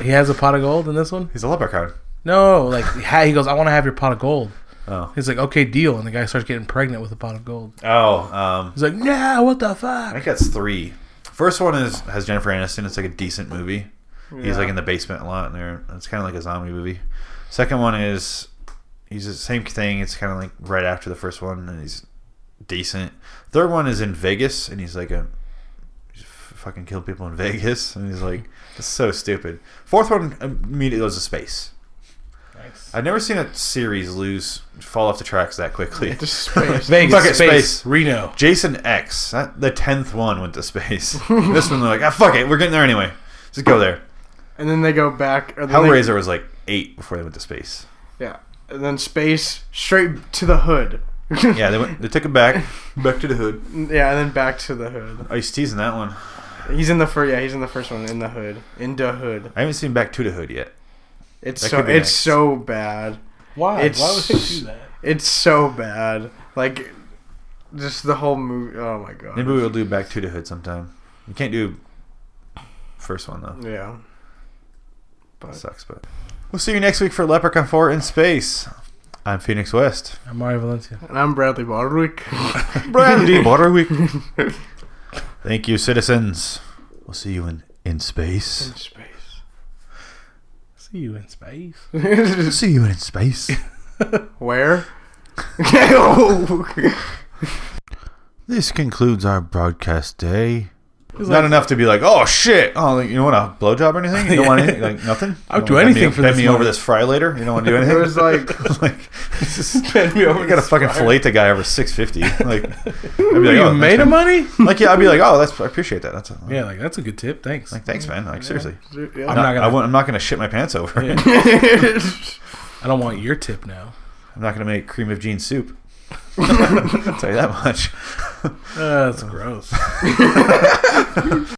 Speaker 2: He has a pot of gold in this one.
Speaker 1: He's a leprechaun.
Speaker 2: No, like ha- he goes, I want to have your pot of gold.
Speaker 1: Oh.
Speaker 2: He's like, okay, deal, and the guy starts getting pregnant with a pot of gold.
Speaker 1: Oh, um,
Speaker 2: He's like, nah, what the
Speaker 1: I
Speaker 2: fuck?
Speaker 1: think that's three. First one is has Jennifer Aniston. It's like a decent movie. He's like in the basement a lot, and there it's kind of like a zombie movie. Second one is he's the same thing. It's kind of like right after the first one, and he's decent. Third one is in Vegas, and he's like a he's f- fucking killed people in Vegas, and he's like it's so stupid. Fourth one immediately goes to space.
Speaker 2: Nice.
Speaker 1: I've never seen a series lose fall off the tracks that quickly.
Speaker 3: Just space.
Speaker 2: Vegas,
Speaker 1: Fuck it,
Speaker 2: space,
Speaker 1: space.
Speaker 2: Reno.
Speaker 1: Jason X, that, the tenth one went to space. this one, they're like, ah, fuck it, we're getting there anyway. Just go there.
Speaker 3: and then they go back. Or then they-
Speaker 1: Hellraiser was like eight before they went to space.
Speaker 3: yeah. And then space straight to the hood.
Speaker 1: yeah, they went. They took him back, back to the hood.
Speaker 3: Yeah, and then back to the hood.
Speaker 1: Ice T's in that one.
Speaker 3: He's in the first. Yeah, he's in the first one in the hood. In the hood.
Speaker 1: I haven't seen back to the hood yet.
Speaker 3: It's
Speaker 1: That
Speaker 3: so
Speaker 1: could be
Speaker 3: it's
Speaker 1: next.
Speaker 3: so bad.
Speaker 2: Why?
Speaker 3: It's-
Speaker 2: Why would they do that?
Speaker 3: It's so bad. Like just the whole movie. Oh my god.
Speaker 1: Maybe we'll do back to the hood sometime. We can't do first one though.
Speaker 3: Yeah.
Speaker 1: That sucks, but we'll see you next week for Leprechaun Four in space. I'm Phoenix West.
Speaker 2: I'm Mario Valencia.
Speaker 3: And I'm Bradley Baldrick.
Speaker 1: Brandy Butterweek. Thank you, citizens. We'll see you in in space.
Speaker 3: in space.
Speaker 2: See you in space.
Speaker 1: We'll see you in space.
Speaker 3: Where?
Speaker 1: This concludes our broadcast day.
Speaker 2: He's
Speaker 1: Not
Speaker 2: like,
Speaker 1: enough to be like, oh shit. Oh, like, you don't want a blowjob or anything? You don't want
Speaker 2: Yeah.
Speaker 1: anything? Like nothing?
Speaker 2: I would
Speaker 1: You don't
Speaker 2: do
Speaker 1: wanna
Speaker 2: anything
Speaker 1: bend me,
Speaker 2: for
Speaker 1: bend
Speaker 2: this
Speaker 1: me over
Speaker 2: money.
Speaker 1: this fry later. You don't want to do
Speaker 3: it
Speaker 1: anything.
Speaker 3: was like
Speaker 1: like, this is,
Speaker 2: Bend me over
Speaker 1: I gotta
Speaker 2: this
Speaker 1: fucking
Speaker 2: fry.
Speaker 1: fillet a guy over six fifty. Like, I'd be
Speaker 2: "Ooh,
Speaker 1: like,
Speaker 2: you
Speaker 1: oh,
Speaker 2: made
Speaker 1: thanks, man."
Speaker 2: of money?
Speaker 1: Like, yeah, I'd be like, oh, that's I appreciate that. That's a,
Speaker 2: Yeah, like that's a good tip. Thanks.
Speaker 1: like, thanks, man. Like, seriously,
Speaker 2: I'm
Speaker 1: Not-
Speaker 2: not gonna-
Speaker 1: I won't- I'm not gonna shit my pants over.
Speaker 2: Yeah.
Speaker 3: Yeah.
Speaker 2: I don't want your tip now.
Speaker 1: I'm not gonna make cream of bean soup. I'll tell you that much.
Speaker 2: Uh, that's gross.